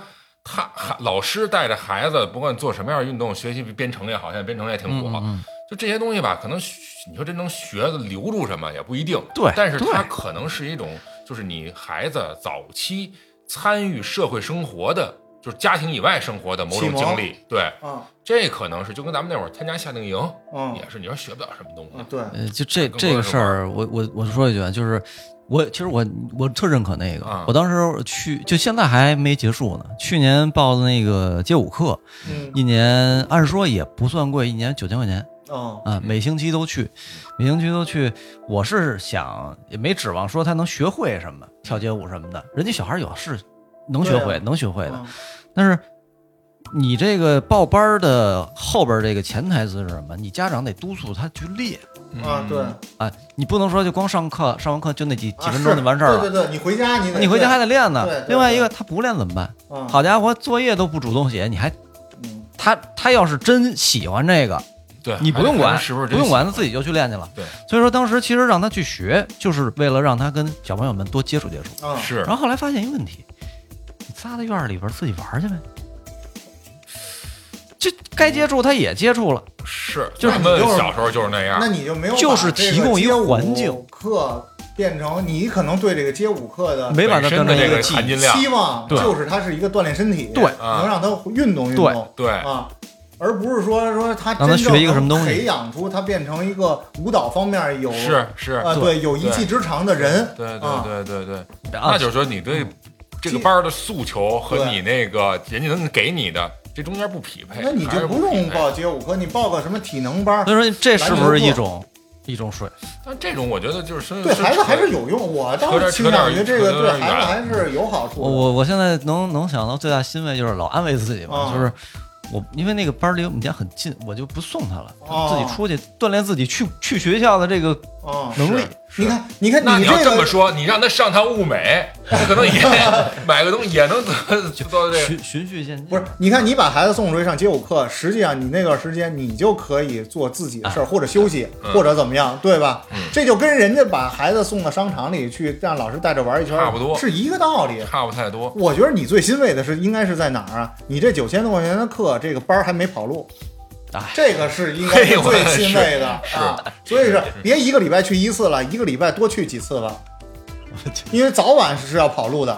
S4: 他孩老师带着孩子，不管做什么样的运动，学习编程也好，现在编程也挺火，
S5: 嗯
S4: 就这些东西吧，可能学你说真能学的留住什么也不一定。
S5: 对
S4: 但是
S5: 对
S4: 它可能是一种，就是你孩子早期参与社会生活的，就是家庭以外生活的某
S3: 启
S4: 种
S3: 蒙
S4: 经历。对，
S3: 啊，
S4: 这可能是就跟咱们那会儿参加夏令营，
S3: 嗯
S4: 也是你说学不了什么东西
S3: 啊，，对，
S5: 呃，就这
S4: 更多
S5: 这个
S4: 是
S5: 事儿，我我我说一句啊，就是我其实我我特认可那个，
S4: 啊
S5: 我当时去就现在还没结束呢。去年报的那个街舞课，
S3: 嗯，
S5: 一年按说也不算贵，一年九千块钱
S3: 嗯，
S5: 啊，每星期都去，每星期都去。我是想也没指望说他能学会什么跳街舞什么的，人家小孩有是能学
S3: 对啊
S5: 会、能学会的，
S3: 嗯
S5: 但是你这个报班儿的后边儿这个潜台词是什么？你家长得督促他去练。
S3: 啊，对，
S4: 嗯
S3: 啊
S5: 啊，你不能说就光上课，上完课就那几几分钟
S3: 是
S5: 就完事儿了。
S3: 对对对，你回家你得
S5: 你回家还得练呢
S3: 对对。对
S5: 另外一个，他不练怎么办？
S3: 嗯
S5: 好家伙，作业都不主动写，你还
S3: 嗯
S5: 他他要是真喜欢这个，
S4: 对，
S5: 你不用
S4: 还
S5: 管，
S4: 是不是
S5: 不用管，他自己就去练去了。
S4: 对，
S5: 所以说当时其实让他去学，就是为了让他跟小朋友们多接触接触。
S3: 啊，
S4: 嗯是
S5: 然后后来发现一个问题，你仨在院儿里边儿自己玩儿去呗。这该接触他也接触了，
S4: 是，
S3: 就是
S4: 咱
S3: 你
S4: 们
S3: 就是
S4: 小时候就是那样
S3: 那，你就没有
S5: 啊就是提供一个环境
S3: 课，变成你可能对这个街舞课的
S5: 没把他
S4: 呃本身
S5: 当
S4: 的
S5: 成
S4: 这
S5: 一
S4: 个
S5: 个技
S4: 含
S5: 艺。
S4: 金量，
S3: 期望
S5: 对
S3: 就是它是一个锻炼身体，
S5: 对
S4: 啊
S3: 能让他运动运动，
S4: 对
S3: 啊，而不是说说他
S5: 让他
S3: 真正
S5: 学一个什么东西
S3: 培养出他变成一个舞蹈方面有
S4: 是是，
S3: 啊，对，有一技之长的人，
S4: 对
S3: 啊嗯
S4: 对对对对，
S5: 啊
S4: 那就是说你对这个班儿的诉求和
S3: 对
S4: 你那个人家能给你的这中间不匹配，
S3: 那你
S4: 还是
S3: 就
S4: 不
S3: 不用
S4: 匹配
S3: 报街舞课，你报个什么体能班
S5: 所，以说这是不是一种一种水？
S4: 但这种我觉得就是说
S3: 对孩子还是有用。我倒是倾向于这个
S4: 扯点
S3: 对
S4: 儿
S3: 孩子还是有好处
S5: 我
S3: 的。
S5: 我我现在能能想到最大欣慰就是老安慰自己嘛，
S4: 嗯
S3: 啊
S5: 就是我因为那个班离我们家很近，我就不送他了，
S3: 哦
S5: 自己出去锻炼自己去去学校的这个
S3: 啊，
S5: 能力。
S3: 你看，你看
S4: 那
S3: 你
S4: 你要
S3: 这
S4: 这么
S3: 个
S4: 说，你让他上趟物美，他可
S3: [LAUGHS]
S4: 能也买个东西也能得做这个。
S5: 循循序渐进。
S3: 不是，你看你把孩子送出去上街舞课，实际上你那段时间你就可以做自己的事儿，或者休息，
S4: 嗯
S3: 或者怎么样，对吧？这就跟人家把孩子送到商场里去，让老师带着玩一圈儿，
S4: 差不多
S3: 是一个道理。
S4: 差不太多，
S3: 我觉得你最欣慰的是，应该是在哪儿啊？你这九千多块钱的课，这个班儿还没跑路
S5: 哎，
S3: 这个是应该
S4: 嘿
S3: 是
S4: 我
S3: 最欣慰的
S4: 是
S3: 啊！所以是别一个礼拜去一次了，一个礼拜多去几次吧。因为早晚是要跑路的，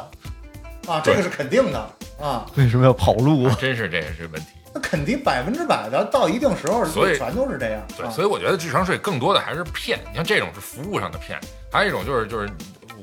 S3: 啊，这
S4: 对
S3: 个是肯定的啊，
S5: [LAUGHS] 为什么要跑路
S4: 啊
S5: 啊？
S4: 真是这也是问题。
S3: 那肯定百分之百的，到一定时候
S4: 所以
S3: 全都是这样。
S4: 对，
S3: 啊、
S4: 所以我觉得智商税更多的还是骗。你像这种是服务上的骗，还有一种就是就是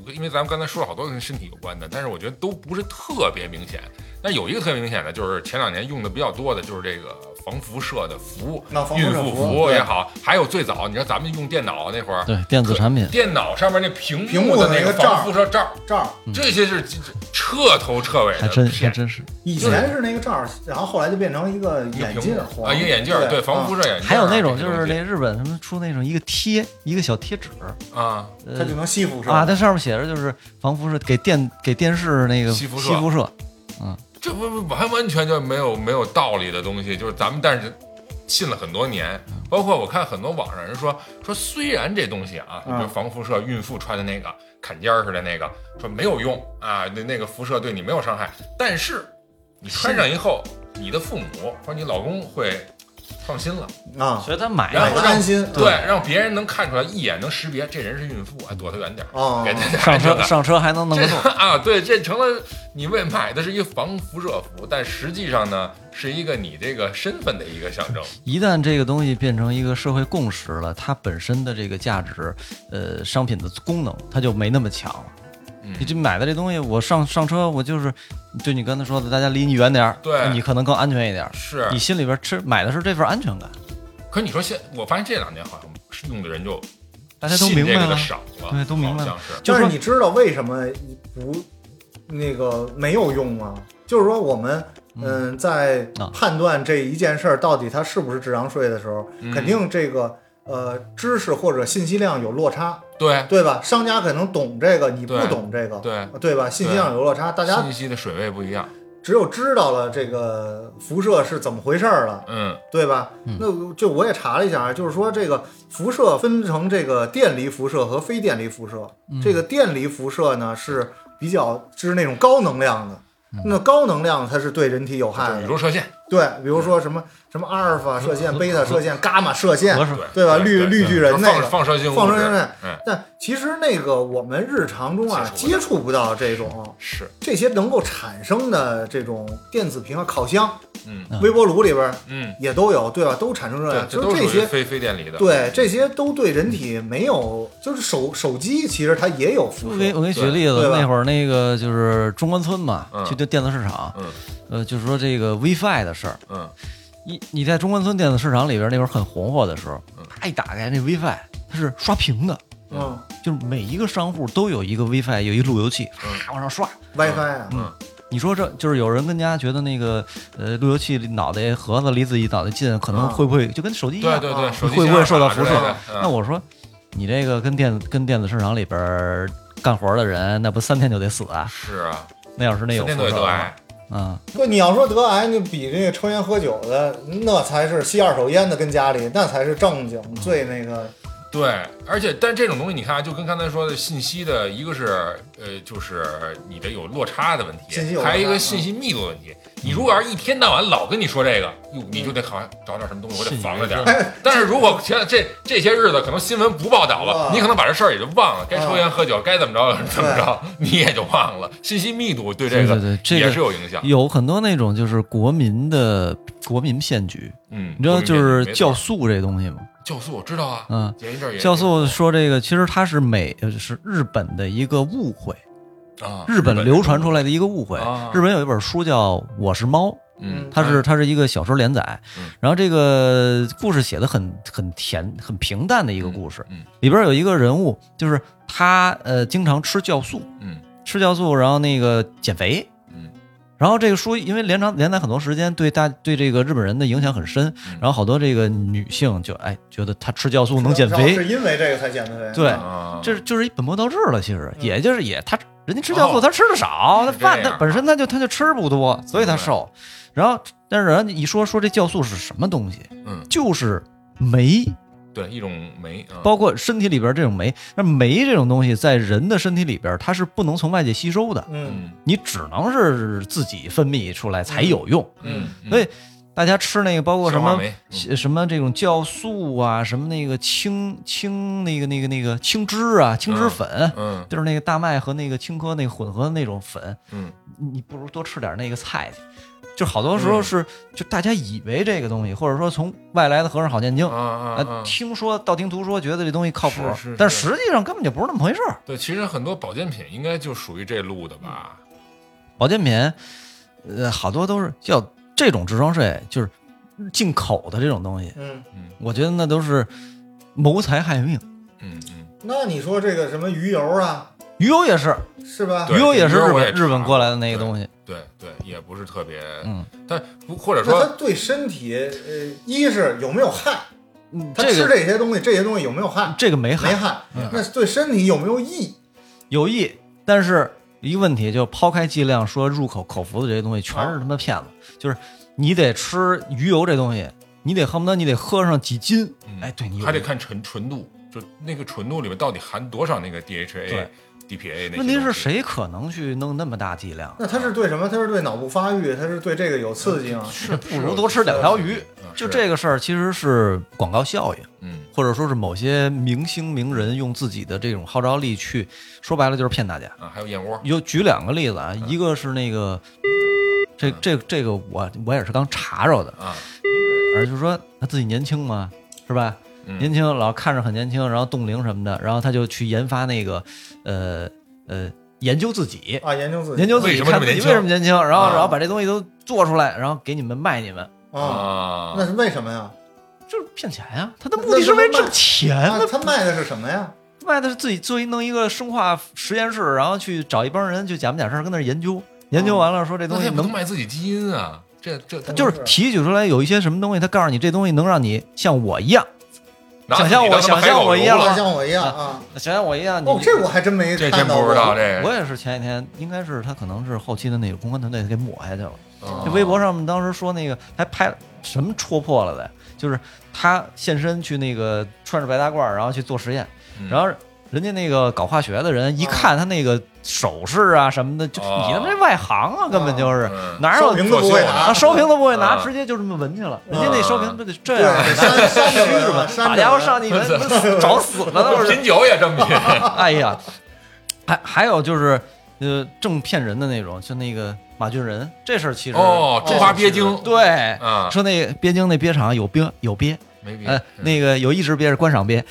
S4: 我因为咱们刚才说了好多跟身体有关的，但是我觉得都不是特别明显。但有一个特别明显的，就是前两年用的比较多的就是这个防辐射的服务，
S3: 那防辐
S4: 孕
S3: 射
S4: 妇
S3: 服务
S4: 服务也
S3: 对
S4: 好，还有最早你看咱们用电脑那会儿，
S5: 对，电子产品，
S4: 电脑上面那屏
S3: 屏幕
S4: 的
S3: 的那
S4: 个
S3: 个罩
S4: 防辐射罩，
S3: 罩儿
S4: 这些是彻头彻尾
S5: 嗯还
S4: 的
S5: 真还
S4: 骗。
S5: 真是。
S3: 以前是那个罩儿，然后后来就变成一个眼镜儿
S4: 屏幕
S3: 黄
S4: 啊，一个眼镜儿，对，防辐
S3: 射，
S4: 射眼镜儿啊，
S5: 还有那种就是
S4: 这些
S5: 那日本什么出那种一个贴一个小贴纸，
S4: 东西啊，
S3: 它就能吸辐射
S5: 啊，它上面写着就是防辐射，给电给电视那个
S4: 吸辐射
S5: 吸辐射，
S4: 这不不完完全全没有没有道理的东西，就是咱们但是信了很多年，包括我看很多网上人说说，虽然这东西啊，
S3: 嗯
S4: 就是防辐射，孕妇穿的那个坎肩儿似的那个，说没有用啊，那那个辐射对你没有伤害，但是你穿上以后，你的父母或者你老公会放心了，
S3: 啊，
S5: 所以他买
S4: 然
S3: 买
S4: 后
S3: 的
S4: 让
S3: 安心。啊
S4: 对，让别人能看出来，一眼能识别这人是孕妇，啊，躲他远点儿，
S3: 哦
S4: 给大家
S5: 上
S4: 这
S5: 车
S4: 个
S5: 上车还能弄
S4: 这
S5: 个
S4: 个
S5: 动，
S4: 啊，对，这成了你为买的是一个防辐射服，但实际上呢，是一个你这个身份的一个象征。
S5: 一旦这个东西变成一个社会共识了，它本身的这个价值，呃，商品的功能它就没那么强了。
S4: 嗯
S5: 你这买的这东西，我上上车，我就是，就你刚才说的，大家离你远点儿，
S4: 对
S5: 你可能更安全一点儿。
S4: 啊是
S5: 你心里边吃买的是这份安全感，
S4: 可你说现，我发现这两年好像是用的人就
S5: 大家都
S4: 信
S5: 明白
S4: 这个的
S5: 了，
S4: 少了，
S5: 对都明白
S4: 好
S5: 了
S4: 像是。
S5: 就
S3: 但是
S5: 是说
S3: 你知道为什么不那个没有用吗？就是说我们。嗯，在
S5: 啊
S3: 判断这一件事儿到底它是不是智商税的时候，
S4: 嗯
S3: 肯定这个呃知识或者信息量有落差，
S4: 对
S3: 对吧？商家可能懂这个，你不
S4: 对
S3: 懂这个，
S4: 对，
S3: 对吧？信息量有落差，大家
S4: 信息的水位不一样。
S3: 只有知道了这个辐射是怎么回事儿了，
S4: 嗯
S3: 对吧？那就我也查了一下啊，就是说这个辐射分成这个电离辐射和非电离辐射。这个电离辐射呢是比较是那种高能量的，那高能量它是对人体有害
S4: 宇
S3: 的。
S4: 宙射线，
S3: 对，比如说什么什么阿尔法射线、贝塔射线、伽马射线
S5: 合，适
S4: 对
S3: 对吧绿
S4: 对
S3: 绿
S4: 对
S3: 巨人
S4: 就是
S3: 那个
S4: 放放射性物质
S3: 放射性的
S4: 嗯，
S3: 但其实那个我们日常中啊
S4: 接
S3: 接触不到这种
S4: 是，
S3: 这些能够产生的这种电子屏啊、烤箱、
S4: 嗯
S3: 微波炉里边
S4: 嗯，
S3: 也都有，对吧？都产生热
S4: 对
S3: 量，，
S4: 这
S3: 就
S4: 都
S3: 是
S4: 属
S3: 这
S4: 于
S3: 些
S4: 非非电离的。嗯
S3: 对，这些都对人体没有，就是手手机其实它也有辐
S5: 我
S3: 射
S5: 给我给你举个例子
S3: 对，吧
S5: 那会儿那个就是中关村嘛
S4: 嗯，
S5: 去那电子市场，
S4: 嗯
S5: 呃，就是说这个 WiFi 的事儿，
S4: 嗯，
S5: 你你在中关村电子市场里边那会儿很红火的时候
S4: 嗯，
S5: 啪一打开那 WiFi，它是刷屏的，
S3: 嗯
S5: 就是每一个商户都有一个 WiFi，有一路由器，
S4: 嗯
S5: 啪往上刷。
S3: ，WiFi 啊，
S5: 你说这就是有人跟家觉得那个呃路由器里脑袋盒子离自己脑袋近，可能
S3: 啊
S5: 会不会就跟手机一
S4: 嗯对
S5: 样，
S4: 对
S3: 啊
S4: 对，手机
S5: 会不会受到
S4: 信号
S5: 辐射
S4: 之类的？嗯
S5: 那我说你这个跟电跟电子市场里边儿干活的人，那不三天就得死啊？
S4: 是啊，
S5: 那要是那
S4: 天
S5: 有
S4: 天
S5: 辐
S4: 都得
S5: 射
S4: 得
S5: 啊
S4: 癌，
S5: 啊，
S4: 嗯
S3: 对，你要说得癌，那比那个抽烟喝酒的那才是吸二手烟的，跟家里那才是正经最那个
S4: 对，而且但这种东西，你看啊，就跟刚才说的信息的，一个是呃，就是你的有落差的问
S3: 信息
S4: 题，
S3: 有落差嗯
S4: 还有一个信息密度的问题。你如果要是一天到晚老跟你说这个，哟，你就得好像找点什么东西，我得
S5: 是
S4: 防着
S3: [LAUGHS]
S4: 点儿。但是如果前这这些日子可能新闻不报道了
S3: 啊，
S4: 你可能把这事儿也就忘了，该抽烟喝酒，该怎么着怎么着， [LAUGHS] 你也就忘了。信息密度对这
S5: 对对对这个
S4: 也是有影响。
S5: 有很多那种就是国民的国民骗局，
S4: 嗯，
S5: 你知道就是酵
S4: 素，
S5: 素这东西吗？
S4: 酵素我知道啊，
S5: 嗯
S4: 前一阵儿也
S5: 酵素说这个其实它是美呃是日本的一个误会，
S4: 啊，
S5: 日本流传出来的一个误会
S4: 啊。
S5: 日本有一本书叫《我是猫》，
S4: 嗯，
S5: 它是它是一个小说连载
S4: 嗯，
S5: 然后这个故事写的很很甜很平淡的一个故事，
S4: 嗯
S5: 里边有一个人物就是他呃经常吃酵素，
S4: 嗯
S5: 吃酵素然后那个减肥，
S4: 嗯
S5: 然后这个书因为连长连载很多时间，对大对这个日本人的影响很深，
S4: 嗯
S5: 然后好多这个女性就哎觉得她吃酵素能减
S3: 是
S5: 肥，
S3: 因为这个才减的肥。
S5: 对，
S4: 啊，
S5: 这就是一本末倒置了。其实也就是也她人家吃
S4: 嗯哦
S5: 酵素，她吃的少，
S4: 是
S5: 她
S4: 这
S5: 饭她
S4: 样啊
S5: 本身她就她就吃不多，所以她
S4: 明白
S5: 瘦。然后但是人家一说说这酵素是什么东西，
S4: 嗯
S5: 就是酶，
S4: 对一种酶啊，
S5: 包括身体里边这种酶。那酶这种东西在人的身体里边，它是不能从外界吸收的，
S3: 嗯，
S4: 嗯
S5: 你只能是自己分泌出来才有用。
S4: 嗯，
S5: 所以大家吃那个包括什
S4: 小话
S5: 么呃
S4: 梅
S5: 什么这种酵素啊，什么那个青青那个那个那个青汁啊，青汁粉，
S4: 嗯
S5: 就是那个大麦和那个青稞那个混合的那种粉，
S4: 嗯，
S5: 你不如多吃点那个菜去。就好多
S4: 嗯
S5: 时候是，就大家以为这个东西，或者说从外来的和尚好念经
S4: 啊啊
S5: 呃
S4: 啊！
S5: 听说道听途说，觉得这东西靠谱
S4: 是是是，
S5: 但实际上根本就不是那么回事儿。
S4: 对，其实很多保健品应该就属于这路的吧？
S5: 保健品，呃，好多都是叫这种智商税，就是进口的这种东西，
S3: 嗯，
S5: 我觉得那都是谋财害命。
S4: 嗯嗯，
S3: 那你说这个什么鱼油啊，
S5: 鱼油也是，
S3: 是吧？
S5: 鱼
S4: 对
S5: 油也是
S4: 鱼油
S5: 日
S4: 我也
S5: 本
S4: 查
S5: 日本过来的那个
S4: 对
S5: 东西，
S4: 对对，也不是特别，
S5: 嗯，
S4: 但不或者
S3: 那
S4: 说
S3: 它对身体，呃，一是有没有害？
S5: 嗯
S3: 它
S5: 这
S3: 吃
S5: 个
S3: 这些东西，这些东西有没有害？
S5: 这个没
S3: 没
S5: 害嗯
S3: 害。那对身体有没有益？
S5: 有益，但是一个问题就抛开剂量说入口口服的这些东西全
S4: 啊
S5: 是他妈骗子，就是你得吃鱼油这东西，你得恨不得你得喝上几斤，
S4: 嗯
S5: 哎，对你有
S4: 还得
S5: 益
S4: 看纯纯度，就那个纯度里面到底含多少那个 DHA
S5: 对、
S4: DPA 那些东西。
S5: 问题是谁可能去弄那么大剂量？
S3: 那它是对什么？它是对脑部发育，它是对这个有刺激吗？
S4: 是
S5: [LAUGHS] 不如多吃两条鱼。
S4: 是
S5: 就，
S4: 有
S5: 这个事儿，其实是广告效应，
S4: 嗯
S5: 或者说是某些明星名人用自己的这种号召力去，说白了就是骗大家。
S4: 啊，还有燕窝，
S5: 有举两个例子啊，
S4: 嗯
S5: 一个是那个，这这这个我我也是刚查着的
S4: 啊，
S5: 而就是说他自己年轻嘛，是吧？
S4: 嗯
S5: 年轻老看着很年轻，然后冻龄什么的，然后他就去研发那个，呃呃，研究自己，
S3: 啊，研究自己，
S5: 研究自
S4: 为
S5: 己
S4: 什么这
S5: 看
S4: 么
S5: 自己
S4: 年轻
S5: 为什么年轻，然后
S3: 啊
S5: 然后把这东西都做出来，然后给你们卖你们，
S3: 啊，
S4: 啊，
S3: 那是为什么呀？
S5: 就是骗钱呀、他的目的是为了挣钱，
S3: 啊，
S5: 哎那
S3: 它卖的是什么呀？
S5: 卖的是自己做一弄一个生化实验室，然后去找一帮人就假模假式跟那儿研究，研究完了说这
S4: 那
S5: 东
S4: 他
S5: 西
S4: 也不
S5: 能
S4: 能卖自己基因啊，这这他
S5: 就是提取出来有一些什么东西，他告诉你这东西能让你像我一样，
S4: 拿
S5: 想象我
S4: 自己当他妈
S5: 想象
S4: 海狗
S5: 我一样
S4: 油了
S3: 啊，像我一样啊。
S5: 想像我一样，你
S3: 哦，这我还真没
S4: 这
S3: 看
S4: 真
S3: 到
S4: 不
S3: 过
S4: 知道这
S5: 我
S4: 个。
S5: 也是前几天，应该是他可能是后期的那个公关团队给抹下去了。
S4: 啊
S5: 这微博上面当时说那个还拍什么戳破了的，就是他现身去那个穿着白大褂儿，然后去做实验，
S4: 嗯
S5: 然后人家那个搞化学的人一看他那个手势啊什么的，就
S4: 哦
S5: 你他妈这外行啊，根本就是
S4: 嗯
S5: 哪
S3: 烧
S5: 有
S3: 瓶子不会拿
S5: 啊，烧瓶都不会拿，
S4: 啊
S5: 直接就这么闻去了。人家那烧瓶不得这
S3: 对，
S5: 样，
S3: 山山
S5: 虚
S3: 着
S5: 是吧
S3: 闻，？
S5: 把
S3: 山
S5: 家伙
S3: 着
S5: 上
S3: 闻。
S5: 你们他妈找死了
S4: [LAUGHS]
S5: 都是。
S4: 品酒也这么
S5: [LAUGHS]
S4: 品，
S5: 哎呀，还还有就是，呃，正骗人的那种，就那个马俊仁这事儿，其实
S4: 哦，中华鳖精，
S5: 对，
S4: 啊
S5: 说那个鳖精那鳖场有鳖有鳖，
S4: 没嗯别
S5: 呃，那个有一只鳖是观赏
S4: [LAUGHS]
S5: 鳖，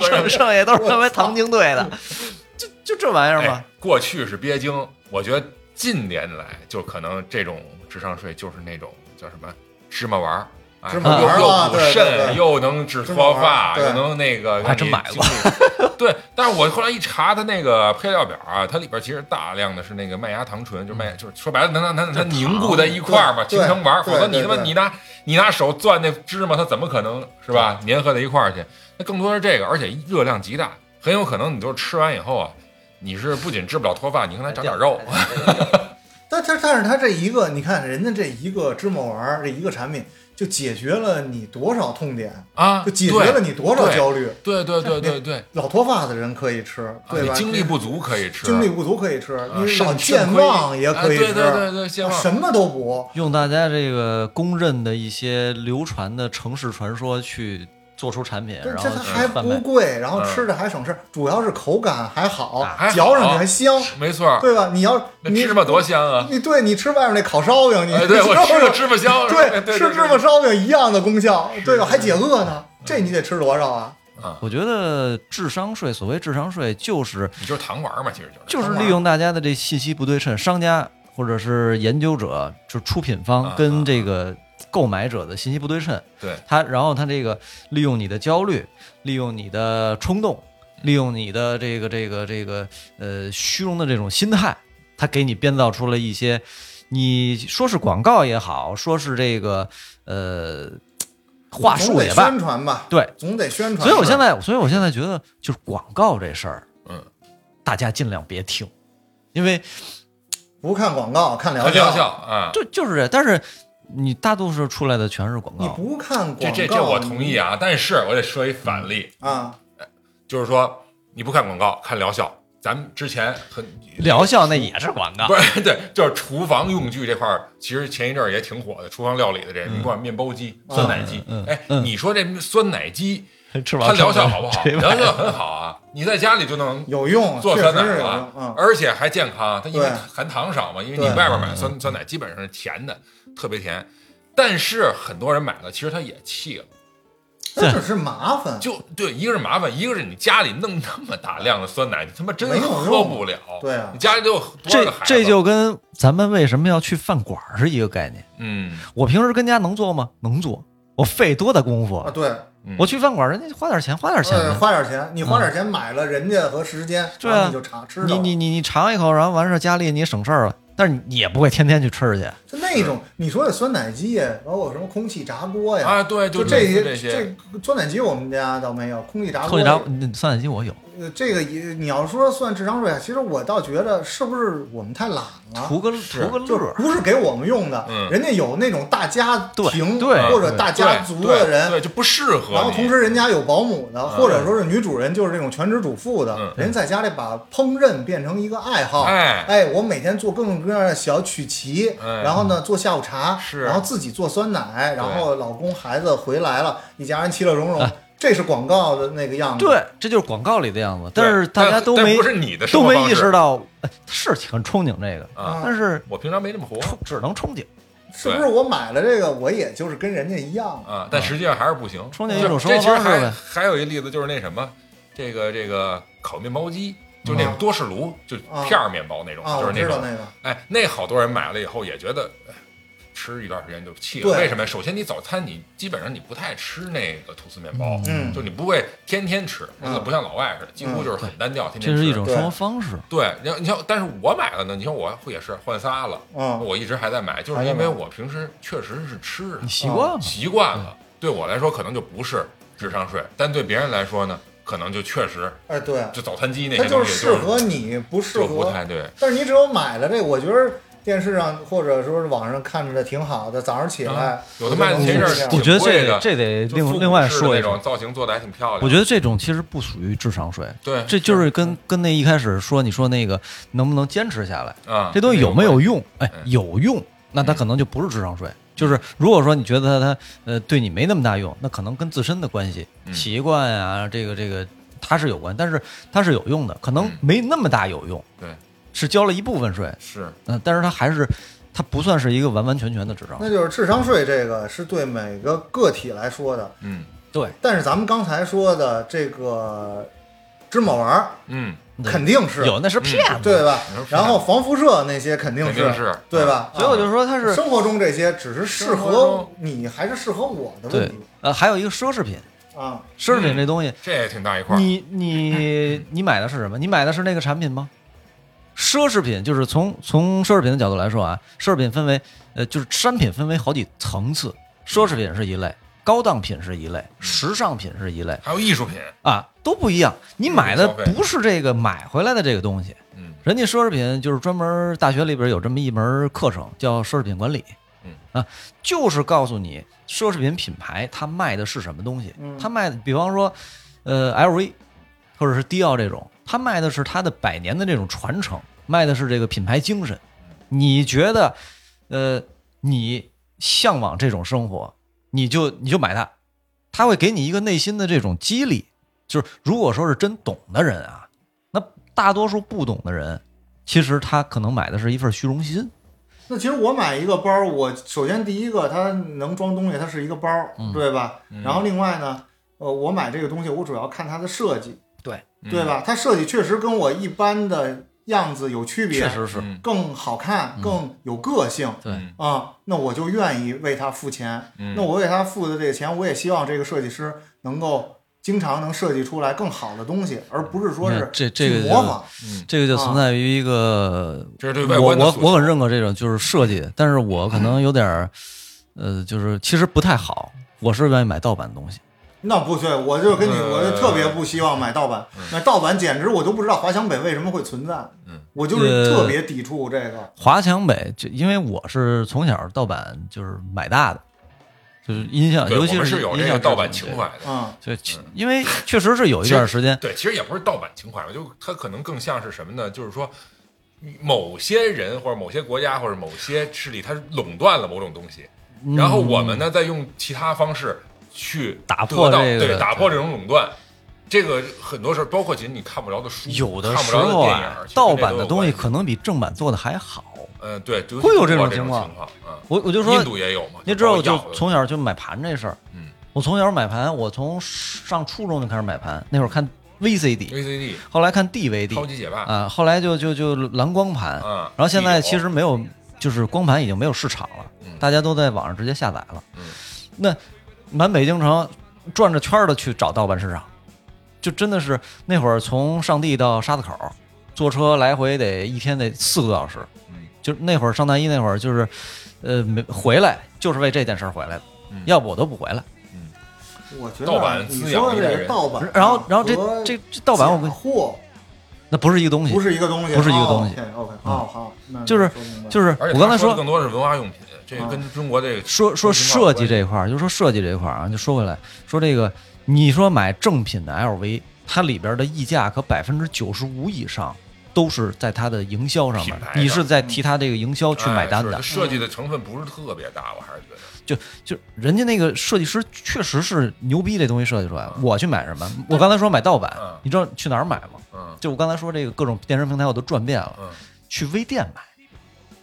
S5: 剩剩下都是他妈唐精队的，就就这玩意儿嘛
S4: 哎。过去是鳖精，我觉得近年来就可能这种智商税就是那种叫什么芝麻丸儿。哎
S3: 芝麻丸儿
S4: 又
S3: 啊
S4: 又补
S3: 对对
S4: 肾，
S3: 对
S4: 又能治
S3: 芝麻丸
S4: 脱
S3: 儿
S4: 发，
S3: 对
S4: 又能那个。
S5: 我还真买过。
S4: [LAUGHS] 对，但是我后来一查它那个配料表啊，它里边其实大量的是那个麦芽糖醇，就是麦，嗯就是说白了能让它它凝固在一块儿嘛，
S3: 对
S4: 形成丸儿。
S3: 对
S4: 否则你
S3: 对
S4: 他妈
S3: 对
S4: 你拿你拿手攥那芝麻，它怎么可能是吧粘合在一块儿去？那更多是这个，而且热量极大，很有可能你就吃完以后啊，你是不仅治不了脱发，你可能还长点肉。
S5: 哎
S3: 但但但是它这一个，你看人家这一个芝麻丸儿，这一个产品就解决了你多少痛点，
S4: 啊，
S3: 哎就解决了你多少焦虑。
S4: 对？对对对对对，
S3: 老脱发的人可以吃，
S4: 啊
S3: [LAUGHS] 对
S4: 你
S3: 吧？
S4: 精力不足可以吃，
S3: 精力不足可以吃，
S4: 啊
S3: 你老
S4: 肾
S3: 健忘也可以吃，
S4: 啊对对对对，健
S3: 啊
S4: 忘
S3: 什么都补。
S5: [LAUGHS] 用大家这个公认的一些流传的城市传说去做出产品，
S3: 这
S5: 然
S3: 这
S5: 后
S3: 它
S5: 去
S3: 还
S5: 贩
S3: 不
S5: 卖。
S3: 贵，然后
S4: 嗯
S3: 吃着还省事儿，主要是口感还好
S5: 啊
S4: 还，好
S3: 嚼上去还香，
S4: 没错儿，
S3: 对吧？你要
S4: 那
S3: 你
S4: 芝麻多香啊！
S3: 你对你吃外面那烤烧饼，你
S4: 哎，对我吃个芝麻香，
S3: 对
S4: 哎对
S3: 吃芝麻烧饼一样的功效，对吧？还解饿呢，
S4: 嗯
S3: 这你得吃多少啊？
S5: 我觉得智商税，所谓智商税，就是
S4: 你就是糖丸嘛，其实就是
S5: 就是利用大家的这信息不对称，商家或者是研究者，就是出品
S4: 啊
S5: 方跟这个购买者的信息不对称，
S4: 对
S5: 他然后他这个利用你的焦虑，利用你的冲动，利用你的这个这个这个呃虚荣的这种心态，他给你编造出了一些，你说是广告也好，说是这个呃话
S3: 总
S5: 术
S3: 得
S5: 也罢
S3: 宣，传吧，
S5: 对，
S3: 总得宣传吧。
S5: 所以我现在，所以我现在觉得，就是广告这事儿，
S4: 嗯，啊
S5: 大家尽量别听，因为
S3: 不看广告，看疗
S4: 很疗效，啊。
S5: 就就是这，但是你大多数出来的全是广
S3: 你
S5: 告，
S3: 不看广告，
S4: 啊这这这我同意啊啊，但是我得说一反例，
S3: 啊。
S4: 就是说你不看广告，看疗效，咱们之前很
S5: 疗效那也是广告
S4: 不，是， [LAUGHS] 对，就是厨房用具这块儿，其实前一阵儿也挺火的，厨房料理的这，你管面包机、酸奶机，哎，你说这酸奶机，
S5: 吃
S4: 它
S5: 饱
S4: 疗
S5: 撑
S4: 效
S5: 的
S4: 好不好？
S5: 这
S4: 疗效很好啊，你在家里就能
S3: 有用，
S4: 做
S3: 确
S4: 酸
S3: 实
S4: 奶
S3: 是有
S4: 了
S3: 用，嗯，
S4: 而且还健康。它因为
S3: 对
S4: 含糖少嘛，因为你
S3: 对
S4: 外边买酸酸奶基本上是甜的，特别甜。但是很多人买了，其实他也气了，
S3: 这只是麻烦，
S4: 就对，一个是麻烦，一个是你家里弄那么大量的酸奶，你他妈真
S3: 没有用
S4: 喝不了。
S3: 对啊
S4: 你家里就多少
S5: 这
S4: 个孩子
S5: 这就跟咱们为什么要去饭馆儿是一个概念。
S4: 嗯
S5: 我平时跟家能做吗？能做，我费多大功夫
S3: 啊，
S5: 啊！
S3: 对，
S4: 嗯
S5: 我去饭馆儿，人家花点钱，花点钱
S3: 呃，
S5: 呗。
S3: 花点钱，你花点钱买了人家和时间，
S5: 对啊
S3: 然后你就尝吃
S5: 你
S3: 到了
S5: 你你你尝一口，然后完事儿家里你省事儿了，但是你也不会天天去吃去。
S3: 就那种你说的酸奶机呀，包括什么空气炸锅呀，
S4: 啊，对，
S3: 就
S4: 类似
S3: 些
S4: 这些，
S3: 这酸奶机我们家倒没有，空气炸
S5: 后
S3: 锅
S5: 一张嗯酸奶机我有，
S4: 啊
S3: 呃，这个也你要说算智商税，啊其实我倒觉得是不是我们太懒了？
S5: 图个
S4: 是
S5: 图个乐
S3: 就是
S5: 儿。
S3: 不是给我们用的，
S4: 嗯
S3: 人家有那种大家庭
S5: 对对
S3: 或者大家
S4: 对
S3: 族的
S4: 对
S3: 人，
S4: 对，就不适合你。
S3: 然后同时人家有保姆的，或者说是女主人就是这种全职主妇的，
S4: 嗯
S3: 人家在家里把烹饪变成一个爱好。
S4: 哎
S3: 我每天做各种各样的小曲奇，
S4: 哎
S3: 然后呢做下午茶，
S4: 是
S3: 然后自己做酸奶，然后老公孩子回来了，一家人其乐融融，这是广告的那个样子。
S5: 对，这就是广告里的样子，但是
S4: 啊对
S5: 大家都
S4: 但
S5: 没
S4: 不是你的生
S5: 都
S4: 活
S5: 没
S4: 方
S5: 意
S4: 式
S5: 识到，哎是挺憧憬这个，
S4: 啊，
S5: 但是
S4: 我平常没这么活
S5: 憧只能憧憬，
S3: 是不是我买了这个，我也就是跟人家一样？
S4: 啊，但实际上还是不行。
S5: 憧憬一
S4: 就
S5: 种
S4: 是
S5: 生
S4: 这
S5: 活
S4: 其实
S5: 方式
S4: 还
S5: 呗。
S4: 还有一例子就是那什么，这个这个烤面包机，就那种多士炉，就片儿面包那种
S3: 啊，，
S4: 就
S3: 我
S4: 是
S3: 知道
S4: 种。
S3: 那个，
S4: 哎，那好多人买了以后也觉得。哎吃一段时间就气了，
S3: 对
S4: 为什么呀？首先，你早餐你基本上你不太吃那个吐司面包，
S3: 嗯
S4: 就你不会天天吃，
S3: 嗯
S4: 不像老外似的，几乎就是很单调，天天
S5: 嗯
S4: 吃。
S5: 这是一种
S3: 对
S5: 生活方式，
S4: 对，然后你像，但是我买了呢，你像我也是换仨了，
S5: 哦
S3: 嗯
S4: 我一直还在买，就是因为我平时确实是吃
S5: 你习惯了。
S4: 习惯了，对我来说可能就不是智商税，但对别人来说呢，可能就确实
S3: 哎，对，
S4: 就早餐机那
S3: 它
S4: 些
S3: 就
S4: 东
S3: 是
S4: 西
S3: 适
S4: 就
S3: 合你，不适
S4: 就
S3: 合
S4: 不太对，
S3: 但是你只有买了这，我觉得电视上或者说是网上看着的挺好的，早上起来
S4: 啊有他妈
S3: 我就能
S4: 前一阵儿
S3: 这样
S5: 嗯我觉得
S4: 挺贵
S5: 这
S4: 的
S5: 得这得
S4: 就复古
S5: 另另外
S4: 式的
S5: 说一
S4: 那
S5: 说
S4: 种，造型做的还挺漂亮，
S5: 我觉得这种其实不属于智商税，
S4: 对，
S5: 这就是跟跟那一开始说你说那个能不能坚持下来，
S4: 啊，
S5: 这东西有没有用？哎
S4: 嗯，
S5: 有用，那它可能就不是智商税。就是如果说你觉得它它呃对你没那么大用，那可能跟自身的关系、
S4: 嗯
S5: 习惯啊，这个这个它是有关，但是它是有用的，可能
S4: 嗯
S5: 没那么大有用，
S4: 对，
S5: 是交了一部分税，
S4: 是
S5: 嗯、但是它还是它不算是一个完完全全的智商税。
S3: 那就是智商税这个是对每个个体来说的，
S4: 嗯
S5: 对，
S3: 但是咱们刚才说的这个芝麻丸儿
S4: 嗯，
S3: 肯定是
S5: 有那是骗子，
S3: 对吧
S4: 你说？是
S3: 然后防辐射那些肯定
S4: 肯定是
S3: 对吧？
S5: 所以我就说它
S3: 啊
S5: 是
S3: 生活中这些只是适
S4: 生活
S3: 合
S4: 中
S3: 你还是适合我的问
S5: 对
S3: 题，
S5: 呃，还有一个奢侈品，
S3: 啊。
S5: 奢
S4: 嗯
S5: 侈品这东西，
S4: 这也挺大一块儿，
S5: 你
S4: [LAUGHS]
S5: 你你买的是什么？你买的是那个产品吗？奢侈品就是从从奢侈品的角度来说啊，奢侈品分为呃就是商品分为好几层次，奢侈品是一类，高档品是一类，
S4: 嗯
S5: 时尚品是一类
S4: 还有艺术品，
S5: 啊，都不一样。你买的
S4: 嗯消费
S5: 不是这个买回来的这个东西，
S4: 嗯
S5: 人家奢侈品就是专门大学里边有这么一门课程叫奢侈品管理，
S4: 嗯
S5: 啊，就是告诉你奢侈品品牌它卖的是什么东西，它卖的，比方说，呃，LV 或者是迪奥这种，它卖的是它的百年的这种传承，卖的是这个品牌精神。你觉得，呃，你向往这种生活，你就你就买它，它会给你一个内心的这种激励。就是如果说是真懂的人啊，那大多数不懂的人，其实他可能买的是一份虚荣心。
S3: 那其实我买一个包，我首先第一个它能装东西，它是一个包，
S5: 嗯
S3: 对吧？然后另外呢，呃，我买这个东西，我主要看它的设计，
S5: 对
S3: 对吧？它设计确实跟我一般的样子有区别，
S5: 确实是嗯
S4: 嗯
S3: 更好看，更有个性。
S5: 对
S3: 啊、那我就愿意为它付钱。
S4: 嗯
S3: 那我为它付的这个钱，我也希望这个设计师能够经常能设计出来更好的东西，而不是说
S5: 你
S3: 是
S5: 看这这个
S3: 去
S5: 就
S3: 模仿。
S5: 这个就存在于一个，
S4: 嗯这啊是对外
S5: 我
S4: 观的
S5: 我
S4: 诉求
S5: 我很认可这种就是设计，但是我可能有点儿，呃，就是其实不太好。我是愿意买盗版东西，
S3: 那不对，我就跟你，
S4: 呃
S3: 我就特别不希望买盗版。买盗版简直我都不知道华强北为什么会存在。
S4: 嗯，
S3: 我
S5: 呃
S3: 就是特别抵触这个。
S5: 华强北，就因为我是从小盗版就是买大的，就是印象，
S4: 对，
S5: 尤
S4: 我
S5: 其
S4: 们
S5: 是
S4: 有
S5: 印
S4: 这个
S5: 象
S4: 盗
S5: 之
S4: 版
S5: 中
S4: 情怀。的。
S3: 啊，
S5: 对，就因为确实是有一段时间，
S4: [LAUGHS] 对，其实也不是盗版情怀吧，就它可能更像是什么呢？就是说，某些人或者某些国家或者某些势力，它垄断了某种东西，
S5: 嗯
S4: 然后我们呢再用其他方式去
S5: 打破
S4: 得到
S5: 这个
S4: 对，打破这种垄断。这个很多事儿，包括其实你看不着的书，
S5: 有的
S4: 看不
S5: 时
S4: 着的
S5: 候
S4: 电影
S5: 啊
S4: 儿，，
S5: 盗版
S4: 其
S5: 的东西
S4: 实这都有关系，
S5: 可能比正版做的还好。
S4: 嗯，对，就
S5: 会有这
S4: 中国
S5: 种
S4: 这
S5: 情
S4: 种
S5: 况
S4: 况。嗯，
S5: 我我就说
S4: 印，度也有嘛，
S5: 你知道，
S4: 包
S5: 我
S4: 括
S5: 就
S4: 药的
S5: 从小就买盘这事儿，
S4: 嗯，
S5: 我从小买盘，我从上初中就开始买盘，那会儿看 VCD，
S4: VCD
S5: 后来看
S4: 超
S5: DVD，
S4: 级解霸，
S5: 啊，后来就就就蓝光盘，
S4: 嗯
S5: 然后现在其
S4: 有
S5: 实没有，就是光盘已经没有市场了，
S4: 嗯
S5: 大家都在网上直接下载了。
S4: 嗯
S5: 那满北京城转着圈儿的去找盗版市场，就真的是那会儿从上地到沙子口，坐车来回得一天得四个多小时。
S4: 嗯
S5: 就那会儿上大一那会儿，就是呃没回来就是为这件事儿回来的，
S4: 嗯
S5: 要不我都不回来。
S3: 我觉得
S4: 盗
S3: 啊
S4: 版
S3: 你
S4: 滋养
S3: 说
S4: 一
S3: 的
S4: 代
S3: 这
S4: 人
S3: 个盗版啊，
S5: 然后然后这
S3: 和
S5: 这这盗版我
S3: 假
S5: 跟
S3: 货
S5: 那不是一个东西，
S3: 不是一个东西，
S5: 不是一个东西嗯
S3: OK，哦好，那
S5: 就是
S3: 说明白
S5: 就是
S4: 而且
S5: 我刚才
S4: 他说
S5: 说嗯
S4: 的更多的是文化用品，这个
S3: 啊
S4: 跟中国这个
S5: 说说
S4: 情况有
S5: 设计
S4: 关系
S5: 这一块儿，就说设计这一块儿啊，就说回来，说这个，你说买正品的 LV，它里边的溢价可百分之九十五以上都是在它的营销上
S4: 品
S5: 面
S4: 牌，上
S5: 你是在替它这个营销去买单
S4: 哎是
S5: 的
S4: 它，设计的成分不是特别大，我还是觉得
S5: 就就人家那个设计师确实是牛逼，这东西设计出来了。我去买什么？我刚才说买盗版
S4: 嗯，
S5: 你知道去哪儿买吗？
S4: 嗯
S5: 就我刚才说这个各种电商平台我都转遍了
S4: 嗯，
S5: 去微店买。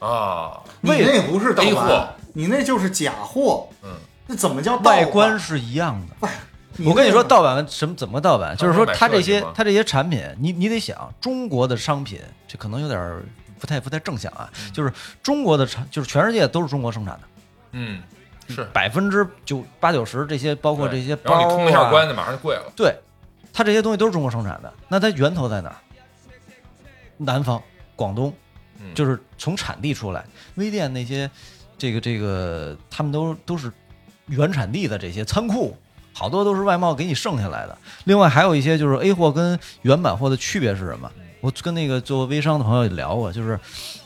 S4: 啊，
S3: 你那不是盗
S4: A 货
S3: 版，你那就是假货，
S4: 嗯，
S3: 那怎么叫盗版
S5: 外观？是一样的，
S3: 你
S5: 我跟你
S3: 那
S5: 说，
S3: 个
S5: 盗版什么怎么盗版？
S4: 他
S5: 就
S4: 们
S5: 是
S4: 说
S5: 说，
S4: 买
S5: 它
S4: 设
S5: 这
S4: 计
S5: 些
S4: 吗
S5: 它这些产品，你你得想，中国的商品，这可能有点儿不太不太正向啊。就是中国的产，就是全世界都是中国生产的，
S4: 嗯，是
S5: 百分之九八九十这些，包括这些
S4: 对然后你
S5: 包
S4: 通一下关
S5: 啊，
S4: 子，马上就贵了，
S5: 对，它这些东西都是中国生产的。那它源头在哪儿？南方，广东，
S4: 嗯，
S5: 就是是从产地出来。微店那些，这个这个，他们都都是原产地的这些仓库，好多都是外贸给你剩下来的。另外还有一些就是 A 货跟原版货的区别是什么？我跟那个做微商的朋友也聊过，就是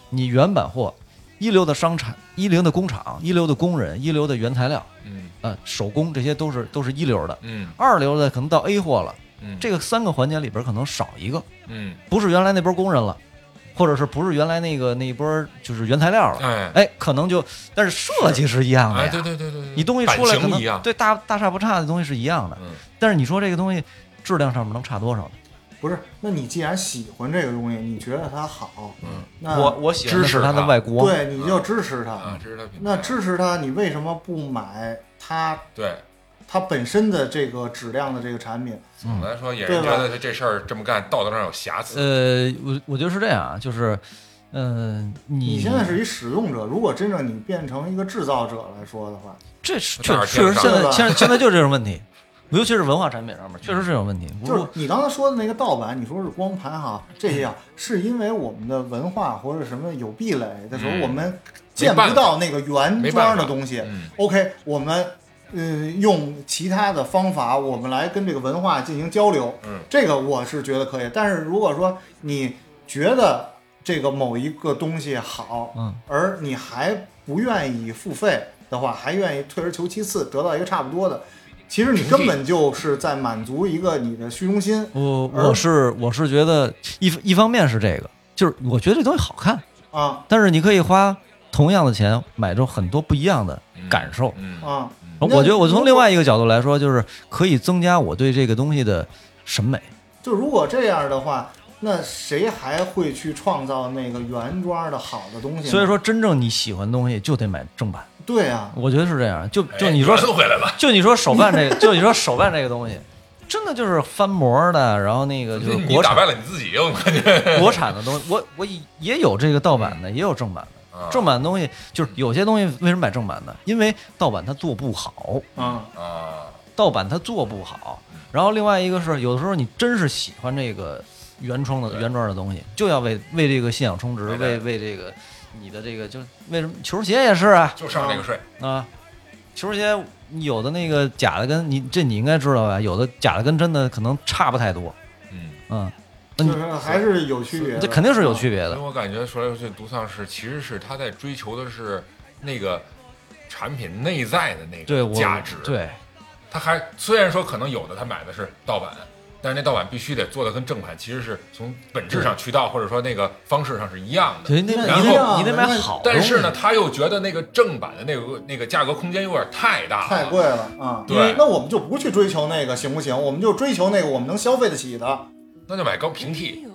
S5: 你原版货，一流的商产、一流的工厂、一流的工人、一流的原材料，
S4: 嗯
S5: 呃，手工这些都是都是一流的。
S4: 嗯
S5: 二流的可能到 A 货了，
S4: 嗯，
S5: 这个三个环节里边可能少一个，
S4: 嗯
S5: 不是原来那波工人了，或者是不是原来那个那一波就是原材料了，
S4: 哎
S5: 哎，可能就但是设计是一样的
S4: 哎
S5: 呀，
S4: 对对对对对，
S5: 你东西出来
S4: 版
S5: 可
S4: 型
S5: 能
S4: 一样，
S5: 对大大差不差的东西是一样的，
S4: 嗯
S5: 但是你说这个东西质量上面能差多少呢？
S3: 不是？那你既然喜欢这个东西，你觉得它好，
S4: 嗯
S3: 那
S5: 我我喜欢的
S4: 支持
S5: 是它的
S4: 它
S5: 外观，
S3: 对你就支持它
S4: 啊，。这是它品牌
S3: 那支持它，你为什么不买它
S4: 对，
S3: 它本身的这个质量的这个产品？
S5: 嗯
S4: 总的来说也是
S3: 对
S4: 觉
S3: 吧
S4: 得这事儿这么干道德上有瑕疵，
S5: 呃，我我觉得是这样啊，就是，嗯、你
S3: 你现在是一使用者，如果真正你变成一个制造者来说的话，
S5: 这是
S4: 哪
S5: 确
S4: 儿
S5: 确实
S4: 见
S5: 现
S3: 得
S5: 在
S3: 上
S5: 现在现在就是这种问题，尤其是文化产品上面确实是这种问题，不
S3: 就是
S5: 过
S3: 你刚才说的那个盗版，你说是光盘哈，这些
S4: 嗯
S3: 啊，是因为我们的文化或者什么有壁垒的时候，
S4: 嗯
S3: 我们见不到那个原
S4: 没办
S3: 装
S4: 法
S3: 的东西。
S4: 嗯
S3: OK，我们呃用其他的方法，我们来跟这个文化进行交流。
S4: 嗯，
S3: 这个我是觉得可以。但是如果说你觉得这个某一个东西好，
S5: 嗯，
S3: 而你还不愿意付费的话，还愿意退而求其次，得到一个差不多的，其实你根本就是在满足一个你的虚荣心。
S5: 我
S3: 而
S5: 我是我是觉得一一方面是这个，就是我觉得这东西好看，
S3: 啊
S5: 但是你可以花同样的钱买着很多不一样的感受。
S4: 嗯
S3: 啊！
S5: 然后我觉得我从另外一个角度来说，就是可以增加我对这个东西的审美。
S3: 就如果这样的话，那谁还会去创造那个原装的好的东西呢？
S5: 所以说，真正你喜欢的东西就得买正版，
S3: 对啊，
S5: 我觉得是这样。就就
S4: 哎
S5: 你说，
S4: 圆回来了，
S5: 就你说手办这个，就你说手办这个东西，真的就是翻模的，然后那个就是
S4: 你
S5: 国
S4: 打
S5: 产
S4: 败了你自己，我感觉
S5: 国产的东西，我我也有这个盗版的，也有正版的。
S4: 啊
S5: 正版的东西就是有些东西为什么买正版的？因为盗版它做不好，
S3: 啊，
S4: 啊，
S5: 盗版它做不好。
S4: 嗯
S5: 然后另外一个是，有的时候你真是喜欢这个原创的
S4: 对
S5: 原装的东西，就要为为这个信仰充值，
S4: 对对
S5: 为为这个你的这个就是为什么球鞋也是啊
S4: 就上这个税，
S5: 啊，球鞋有的那个假的跟你这你应该知道吧？有的假的跟真的可能差不太多，
S4: 嗯。
S5: 嗯，那
S3: 就
S5: 你
S3: 是还是有区别的，
S5: 这肯定是有区别
S4: 因为
S5: 的，
S4: 我感觉说来说去，独丧是其实是他在追求的是那个产品内在的那
S5: 对
S4: 个
S5: 我
S4: 价值。，
S5: 对
S4: 他还虽然说可能有的他买的是盗版，但是那盗版必须得做的跟正版其实是从本质上渠道或者说那个方式上是一样的。
S5: 对，那
S4: 然
S5: 你
S4: 后
S5: 得你得买好东西。
S4: 但是呢，他又觉得那个正版的那个那个价格空间有点太大了，
S3: 太贵了啊！
S4: 对
S3: 那我们就不去追求那个行不行？我们就追求那个我们能消费得起的。
S4: 那就买高平替，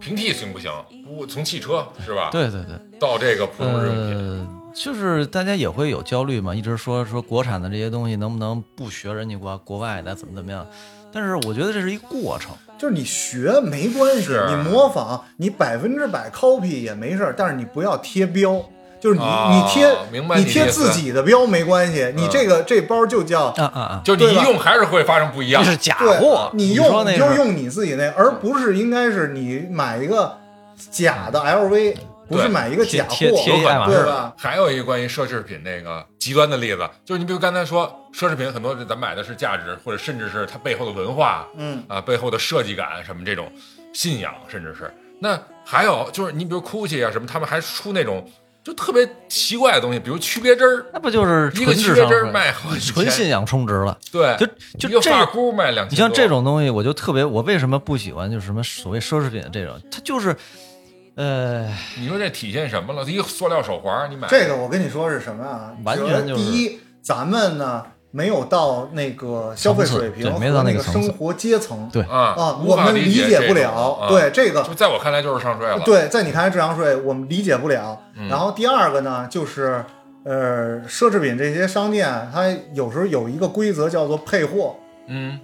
S4: 平替行不行？我从汽车是吧？，
S5: 对对对，
S4: 到这个普通日用品，
S5: 呃，就是大家也会有焦虑嘛，一直说说国产的这些东西能不能不学人家国国外的怎么怎么样，但是我觉得这是一过程，
S3: 就是你学没关系
S4: 是，
S3: 你模仿，你百分之百 copy 也没事儿，但是你不要贴标。就是你，
S4: 哦
S3: 你贴，
S4: 明白
S3: 你
S4: 你的
S3: 贴
S4: 意思
S3: 自己的标没关系。你这个这包就叫
S5: 啊啊啊，
S4: 就你一
S3: 对吧
S4: 用还是会发生不一
S5: 这
S4: 样。
S5: 是假
S3: 对
S5: 货，
S3: 你
S5: 说
S3: 用
S5: 那
S3: 你就是用你自己那，而不是应该是你买一个假的 LV，不是买一个
S5: 贴
S3: 假货，
S5: 贴贴一爱马
S3: 对
S5: 仕，
S3: 吧？
S4: 还有一个关于奢侈品那个极端的例子，就是你比如刚才说，奢侈品很多咱买的是价值，或者甚至是它背后的文化，
S3: 嗯
S4: 啊，背后的设计感什么这种信仰，甚至是那还有就是你比如 GUCCI 啊什么，他们还出那种就特别奇怪的东西，比如区别针儿，
S5: 那不就是
S4: 一个
S5: 纯
S4: 区
S5: 智
S4: 别
S5: 商
S4: 针儿
S5: 税
S4: 卖好几千
S5: 纯信仰充值了。
S4: 对，
S5: 就
S4: 一
S5: 就
S4: 个
S5: 这
S4: 发箍卖两千，
S5: 你像这。种东西，我就特别，我为什么不喜欢就是什么所谓奢侈品这种？它就是，呃，
S4: 你说这体现什么了？一个塑料手环，你买
S3: 这个我跟你说是什么啊？
S5: 完全就是
S3: 第一，咱们呢没有到那个消费水
S5: 层次
S3: 平
S5: 对
S3: 和
S5: 没到那
S3: 那
S5: 个
S3: 个
S5: 层次
S3: 生活阶层，
S5: 对
S4: 啊
S3: 啊，
S4: 无
S3: 我
S4: 法
S3: 们
S4: 理
S3: 解
S4: 这
S3: 不
S4: 种
S3: 了
S4: 啊。
S3: 对这个
S4: 就在我看来就是上税了。，
S3: 对，在你看来智商税我们理解不了。
S4: 嗯
S3: 然后第二个呢，就是呃，奢侈品这些商店，它有时候有一个规则叫做配货，
S4: 嗯，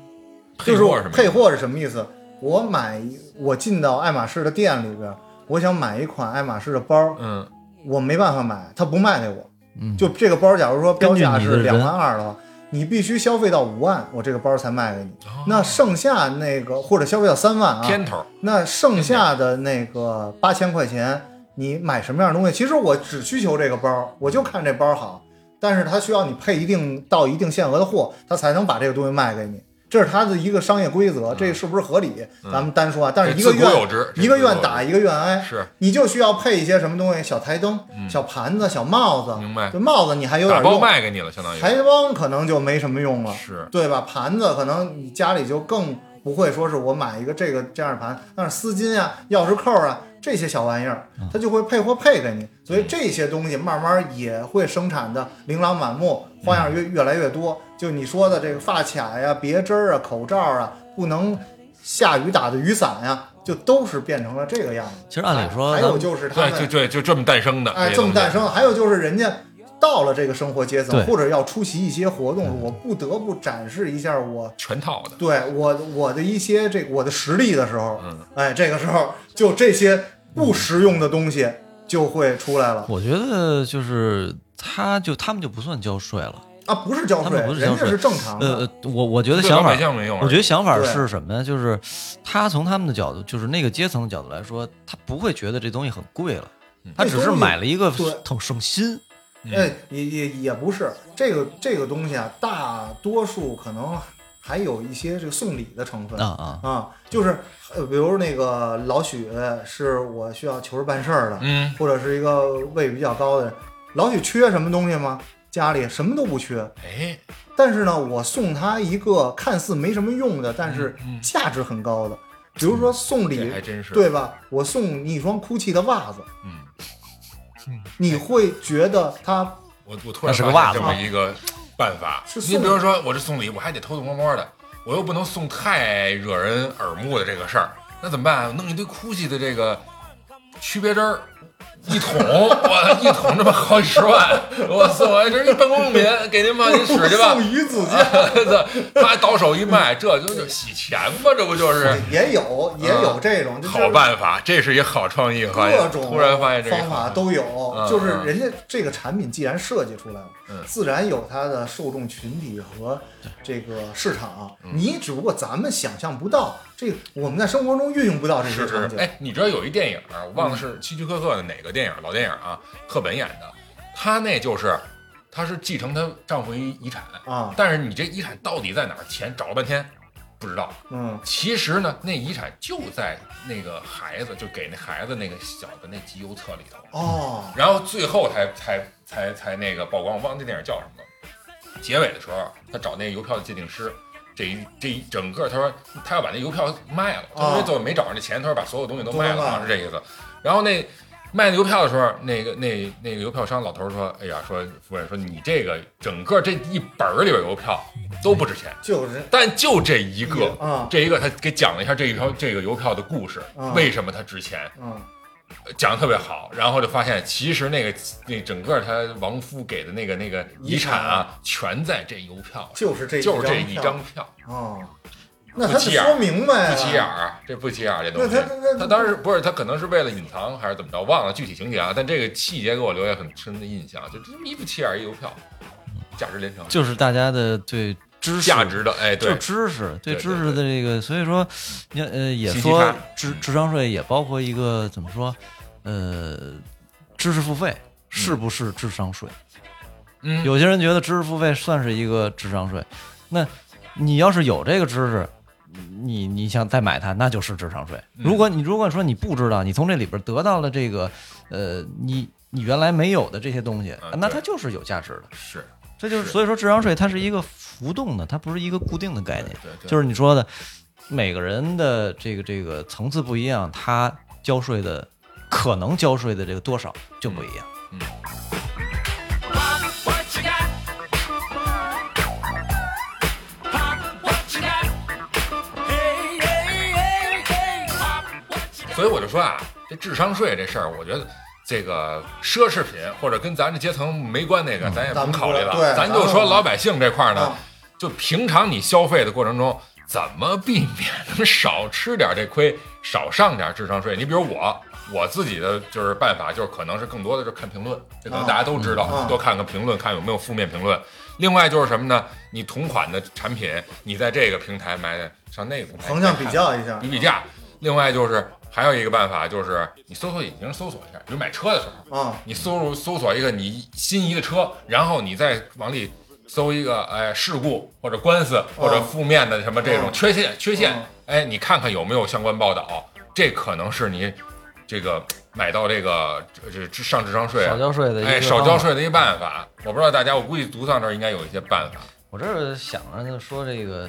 S3: 就
S4: 配
S3: 是
S4: 货
S3: 我
S4: 什么？
S3: 配，货是什么意思？我买我进到爱马仕的店里边，我想买一款爱马仕的包，
S4: 嗯，
S3: 我没办法买，它不卖给我。
S5: 嗯
S3: 就这个包，假如说标价
S5: 根据
S3: 是
S5: 你的
S3: 两
S5: 人
S3: 万二的话，你必须消费到五万，我这个包才卖给你。
S5: 哦
S3: 那剩下那个或者消费到三万啊，
S4: 片头，
S3: 那剩下的那个八千块钱，你买什么样的东西？其实我只需求这个包，我就看这包好，但是它需要你配一定到一定限额的货，它才能把这个东西卖给你。这是它的一个商业规则，这是不是合理？咱们单说啊，但是一个
S4: 嗯这自古
S3: 愿
S4: 有之这
S3: 一个
S4: 自古有
S3: 愿
S4: 之
S3: 打一个愿挨，
S4: 是嗯
S3: 你就需要配一些什么东西，小台灯、小盘子、小帽子，
S4: 明白
S3: 就帽子你还有
S4: 打
S3: 点
S4: 包
S3: 用，
S4: 卖给你了，相当于
S3: 台灯可能就没什么用了，
S4: 是
S3: 对吧？盘子可能你家里就更不会说是我买一个这个这样的盘，但是丝巾啊、钥匙扣啊这些小玩意儿，
S4: 嗯
S3: 它就会配货配给你，所以这些东西慢慢也会生产的琳琅满目，花样
S4: 嗯
S3: 越越来越多。就你说的这个发卡呀、别针儿啊、口罩啊，不能下雨打的雨伞呀，就都是变成了这个样子。
S5: 其实按理说
S3: 还
S5: 咱
S3: 有
S5: 们
S3: 就是他
S4: 哦
S3: 们
S4: 对对对，就这么诞生的。
S3: 哎，
S4: 些
S3: 这么
S4: 东西
S3: 诞。生。还有就是人家到了这个生活阶层
S5: 对，
S3: 或者要出席一些活
S4: 嗯
S3: 动，我不得不展示一下我
S4: 全套的，
S3: 对我我的一些这我的实力的时候，
S4: 嗯
S3: 哎，这个时候就这些不实用的东西就会出来了
S5: 我觉得就是他就他们就不算交税了。
S3: 啊，不是交
S5: 他
S3: 税
S5: 们不，是交
S3: 人家
S5: 税
S3: 是正常的。
S5: 呃，呃我我觉得
S4: 对
S5: 想
S4: 老
S5: 法
S4: 百姓没用啊而已
S5: 我觉得想法
S3: 对
S5: 是什么呀？就是他从他们的角度，就是那个阶层的角度来说，他不会觉得这东西很贵了，
S4: 嗯
S5: 他只
S3: 这
S5: 是
S3: 东西
S5: 买了一个
S3: 对
S5: 省省心。呃
S3: 哎，也也也不是这个这个东西啊，大多数可能还有一些这个送礼的成分
S5: 啊
S3: 啊就是呃，比如那个老许是我需要求着办事儿的，
S4: 嗯，
S3: 或者是一个位比较高的人，老许缺什么东西吗？家里什么都不缺，
S4: 哎，
S3: 但是呢，我送他一个看似没什么用的，但是价值很高的，比如说送礼，
S4: 嗯这还真是
S3: 对吧？我送你一双 GUCCI 的袜子，
S4: 嗯，
S3: 你会觉得它
S4: 我我突然
S5: 那是个
S4: 发现
S5: 袜
S4: 这
S5: 子
S4: 么一个办法
S3: 是。送
S4: 你比如说，我这送礼，我还得偷偷摸摸的，我又不能送太惹人耳目的这个事儿，那怎么办、啊弄一堆 GUCCI 的这个区别针儿。一桶，我一桶这么好几十万，我送我这是一办公用品，给您吧，您使去吧
S3: 送。鱼子酱。
S4: 这他倒手一卖，这就就洗钱嘛，这不就是
S3: 也有也有这种，就是
S4: 嗯好办法？这是一好创意，发现
S3: 各种
S4: 突然发现这个嗯
S3: 方法都有，就是人家这个产品既然设计出来了，自然有它的受众群体和这个市场。
S4: 嗯
S3: 你只不过咱们想象不到，这个我们在生活中运用不到这些
S4: 是
S3: 场
S4: 是，
S3: 景。
S4: 哎，你知道有一电影儿，我忘了是希区柯克的哪个电影儿，老电影儿啊，赫本演的，她那就是，她是继承她丈夫一遗产
S3: 啊
S4: 但是你这遗产到底在哪儿？钱找了半天，不知道。
S3: 嗯，
S4: 其实呢，那遗产就在那个孩子，就给那孩子那个小的那集邮册里头。
S3: 哦，
S4: 然后最后才才才才那个曝光，我忘了那电影叫什么了。结尾的时候，啊他找那个邮票的鉴定师，这一这一整个他说他要把那邮票卖了，他说
S3: 啊
S4: 最后没找着那钱，他说把所有东西都卖
S3: 都卖
S4: 了，
S3: 了
S4: 好像是这意思。然后那卖那邮票的时候，那个那那个邮票商老头说：“哎呀，说夫人说你这个整个这一本儿里边邮票都不值钱。”
S3: 就是
S4: 但就这一个，
S3: 啊
S4: 这一个他给讲了一下这一条这个邮票的故事，
S3: 啊
S4: 为什么它值钱，
S3: 嗯
S4: 讲的特别好，然后就发现其实那个那整个他亡夫给的那个那个遗产啊，全在这邮票里，
S3: 就是这
S4: 就是这
S3: 一
S4: 一张票，
S3: 哦，那他得
S4: 不起眼
S3: 说明白
S4: 不
S3: 啊，
S4: 起眼儿，这不起眼儿这东西
S3: 那他那。
S4: 他当时不是他可能是为了隐藏还是怎么着，忘了具体情节啊，但这个细节给我留下很深的印象，就这么一不起眼儿一邮票，价值连城，
S5: 就是大家的对知识
S4: 价值的哎
S5: 就
S4: 对
S5: 是。知识，对
S4: 对
S5: 知识的这个，所以说，你看呃，也
S4: 信息
S5: 说
S4: 差嗯
S5: 智智商税也包括一个怎么说，呃，知识付费是不是智商税？
S4: 嗯
S5: 有些人觉得知识付费算是一个智商税，那你要是有这个知识。你你想再买它，那就是智商税。
S4: 嗯
S5: 如果你如果说你不知道，你从这里边得到了这个，呃，你你原来没有的这些东西，
S4: 嗯
S5: 那
S4: 对
S5: 它就是有价值的。
S4: 是，
S5: 这就是
S4: 是
S5: 所以说智商税它是一个浮动的，它不是一个固定的概念。
S4: 对对，
S5: 就是你说的，每个人的这个这个层次不一样，他交税的可能交税的这个多少就不一样。
S4: 所以我就说啊，这智商税这事儿，我觉得这个奢侈品或者跟咱这阶层没关那个，咱也
S3: 咱
S4: 甭
S3: 们
S4: 考虑了，
S3: 不对嗯
S4: 咱就
S3: 咱
S4: 说
S3: 们
S4: 老百姓这块儿呢，
S3: 啊
S4: 就平常你消费的过程中，怎么避免能少吃点这亏，少上点智商税？你比如我。我自己的就是办法，就是可能是更多的就是看评论，这可能
S3: 啊
S4: 大家都知道，
S3: 嗯啊
S4: 多看看评论，看有没有负面评论。另外就是什么呢？你同款的产品，你在这个平台买的，上那个平台
S3: 横向
S4: 买
S3: 比
S4: 的
S3: 较一下
S4: 比比价。另外就是还有一个办法，就是你搜索引擎搜索一下，比如买车的时候，
S3: 啊，
S4: 你搜入搜索一个你心仪的车，然后你再往里搜一个哎事故或者官司或者负面的什么这种
S3: 嗯
S4: 缺陷缺陷
S3: 嗯，
S4: 哎，你看看有没有相关报道，啊这可能是你这个买到这个这这上智商税
S5: 少交税的一个
S4: 哎少
S5: 方
S4: 交
S5: 法
S4: 税的一个办法。我不知道大家，我估计独丧这儿应该有一些办法。
S5: 我这儿想着说这个，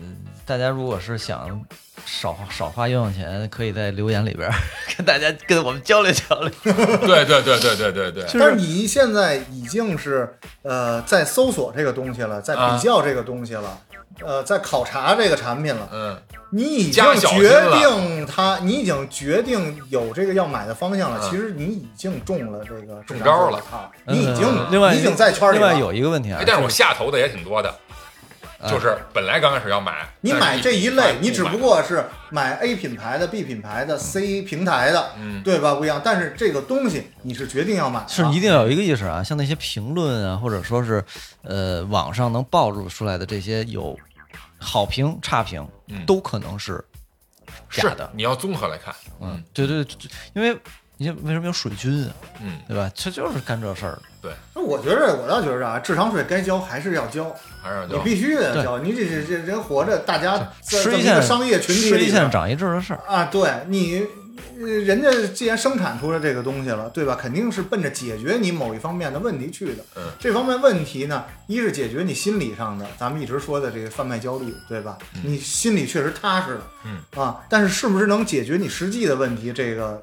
S5: 嗯、大家如果是想少少花冤枉钱，可以在留言里边儿跟大家跟我们交流交流。
S4: 对对对对对对对，
S5: 就是
S3: 但是你现在已经是呃在搜索这个东西了，在
S4: 啊
S3: 比较这个东西了，呃，在考察这个产品了，
S4: 嗯。
S3: 你已经
S4: 加小心
S3: 决
S4: 了
S3: 定它，你已经决定有这个要买的方向了。
S4: 嗯
S3: 其实你已经中了这个
S4: 中招了
S3: 了，你已经、
S5: 嗯另外
S3: 你已经在圈里
S5: 另
S3: 了。
S5: 外有一个问题啊呃
S4: 哎，，但是我下头的也挺多的，就是本来刚开始要买，
S3: 呃你买这一
S4: 但
S3: 类
S4: 是，
S3: 你只
S4: 不
S3: 不
S4: 买
S3: 过是买 A 品牌的、B 品牌的、C 平台的，
S4: 嗯
S3: 对吧？不一样。但是这个东西你是决定要买的，
S5: 是一定要有一个意识啊，像那些评论啊，或者说是呃网上能暴露出来的这些有好评、差评，
S4: 嗯
S5: 都可能是假
S4: 是
S5: 的。
S4: 你要综合来看，
S5: 嗯，对对，对因为你看为什么有水军啊，
S4: 嗯，
S5: 对吧？他就是干这事儿的。
S3: 那我觉着，我倒觉着啊，智商税该交还是要交，
S4: 还是
S3: 你
S4: 就
S3: 必须得
S5: 对
S3: 交。你这这这人活着，大家在
S5: 吃一
S3: 这么
S5: 堑
S3: 个商业群体
S5: 吃
S3: 里
S5: 一
S3: 边
S5: 堑长一智的事儿。
S3: 啊，对你，呃人家既然生产出了这个东西了，对吧？肯定是奔着解决你某一方面的问题去的。
S4: 嗯
S3: 这方面问题呢，一是解决你心理上的，咱们一直说的这个贩卖焦虑，对吧？你心里确实踏实了，
S4: 嗯
S3: 啊，但是是不是能解决你实际的问题，这个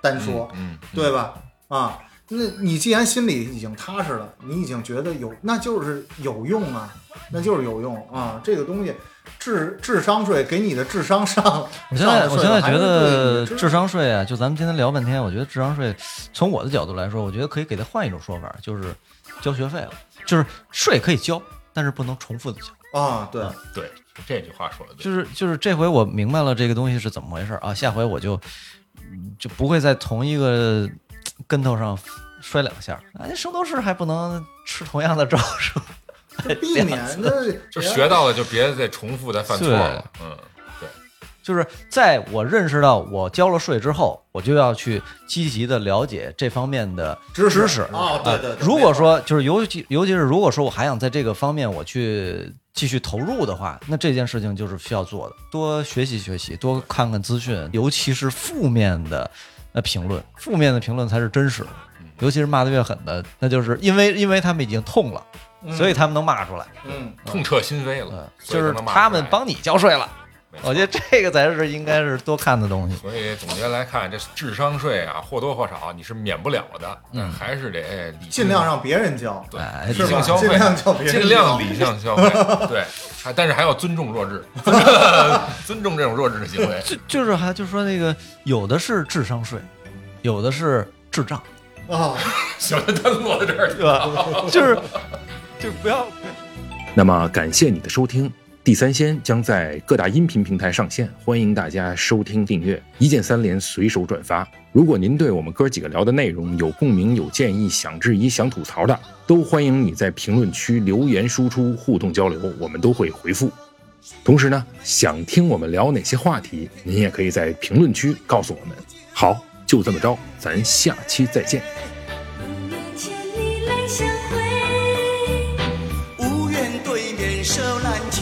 S3: 单说，
S4: 嗯，
S3: 对吧？啊，那你既然心里已经踏实了，你已经觉得有，那就是有用啊，那就是有用啊。这个东西，智智商税给你的智商上， [LAUGHS]
S5: 我现在
S3: 上
S5: 我
S3: 了税
S5: 现在
S3: 了还
S5: 觉
S3: 是对
S5: 得
S3: 你的
S5: 智商税啊，就咱们今天聊半天，我觉得智商税，从我的角度来说，我觉得可以给它换一种说法，就是交学费了，就是税可以交，但是不能重复的交。
S3: 啊，对，
S4: 对，这句话说的对，
S5: 就是就是这回我明白了这个东西是怎么回事儿啊，下回我就嗯就不会在同一个跟头上摔两下儿。哎，圣斗士还不能吃同样的招数，
S3: 避免那
S4: 就学到了就别再重复再犯错了，嗯，
S5: 就是在我认识到我交了税之后，我就要去积极的了解这方面的
S3: 知识
S5: 识。
S3: 哦对对
S5: 呃
S3: 对
S5: 如果说就是尤其尤其是如果说我还想在这个方面我去继续投入的话，那这件事情就是需要做的，多学习学习，多看看资讯，尤其是负面的呃评论，负面的评论才是真实的。
S3: 嗯
S5: 尤其是骂的越狠的，那就是因为因为他们已经痛了，所以他们能骂出来。
S3: 嗯，
S4: 痛彻心扉
S5: 嗯
S4: 了，，所
S5: 就
S4: 以
S5: 是
S4: 能骂出来
S5: 他们帮你交税了。
S4: 没错
S5: 我觉得这个才是应该是多看的东西。
S4: 所以总结来看，这智商税啊，或多或少你是免不了的，但还是得理性
S3: 嗯尽量让别人教。
S4: 对
S5: 哎
S4: 理
S5: 是
S4: 性
S5: 吧
S4: 消费，
S3: 尽量叫别人
S4: 尽量
S3: 教
S4: 理性消费，
S3: [LAUGHS]
S4: 对，还但是还要尊重弱智，尊重这种弱智的行为。
S5: 就就是还就是说那个有的是智商税，有的是智障，
S3: 啊，
S4: 行，他落到这儿去
S5: 对吧？ [LAUGHS] 就是就不要
S6: 那么感谢你的收听，《地三鲜》将在各大音频平台上线，欢迎大家收听订阅，一键三连，随手转发。如果您对我们哥几个聊的内容有共鸣、有建议、想质疑、想吐槽的，都欢迎你在评论区留言输出，互动交流，我们都会回复。同时呢，想听我们聊哪些话题，您也可以在评论区告诉我们。好，就这么着，咱下期再见。
S9: 不愿千里来相会。
S8: 无缘对面手挽牵。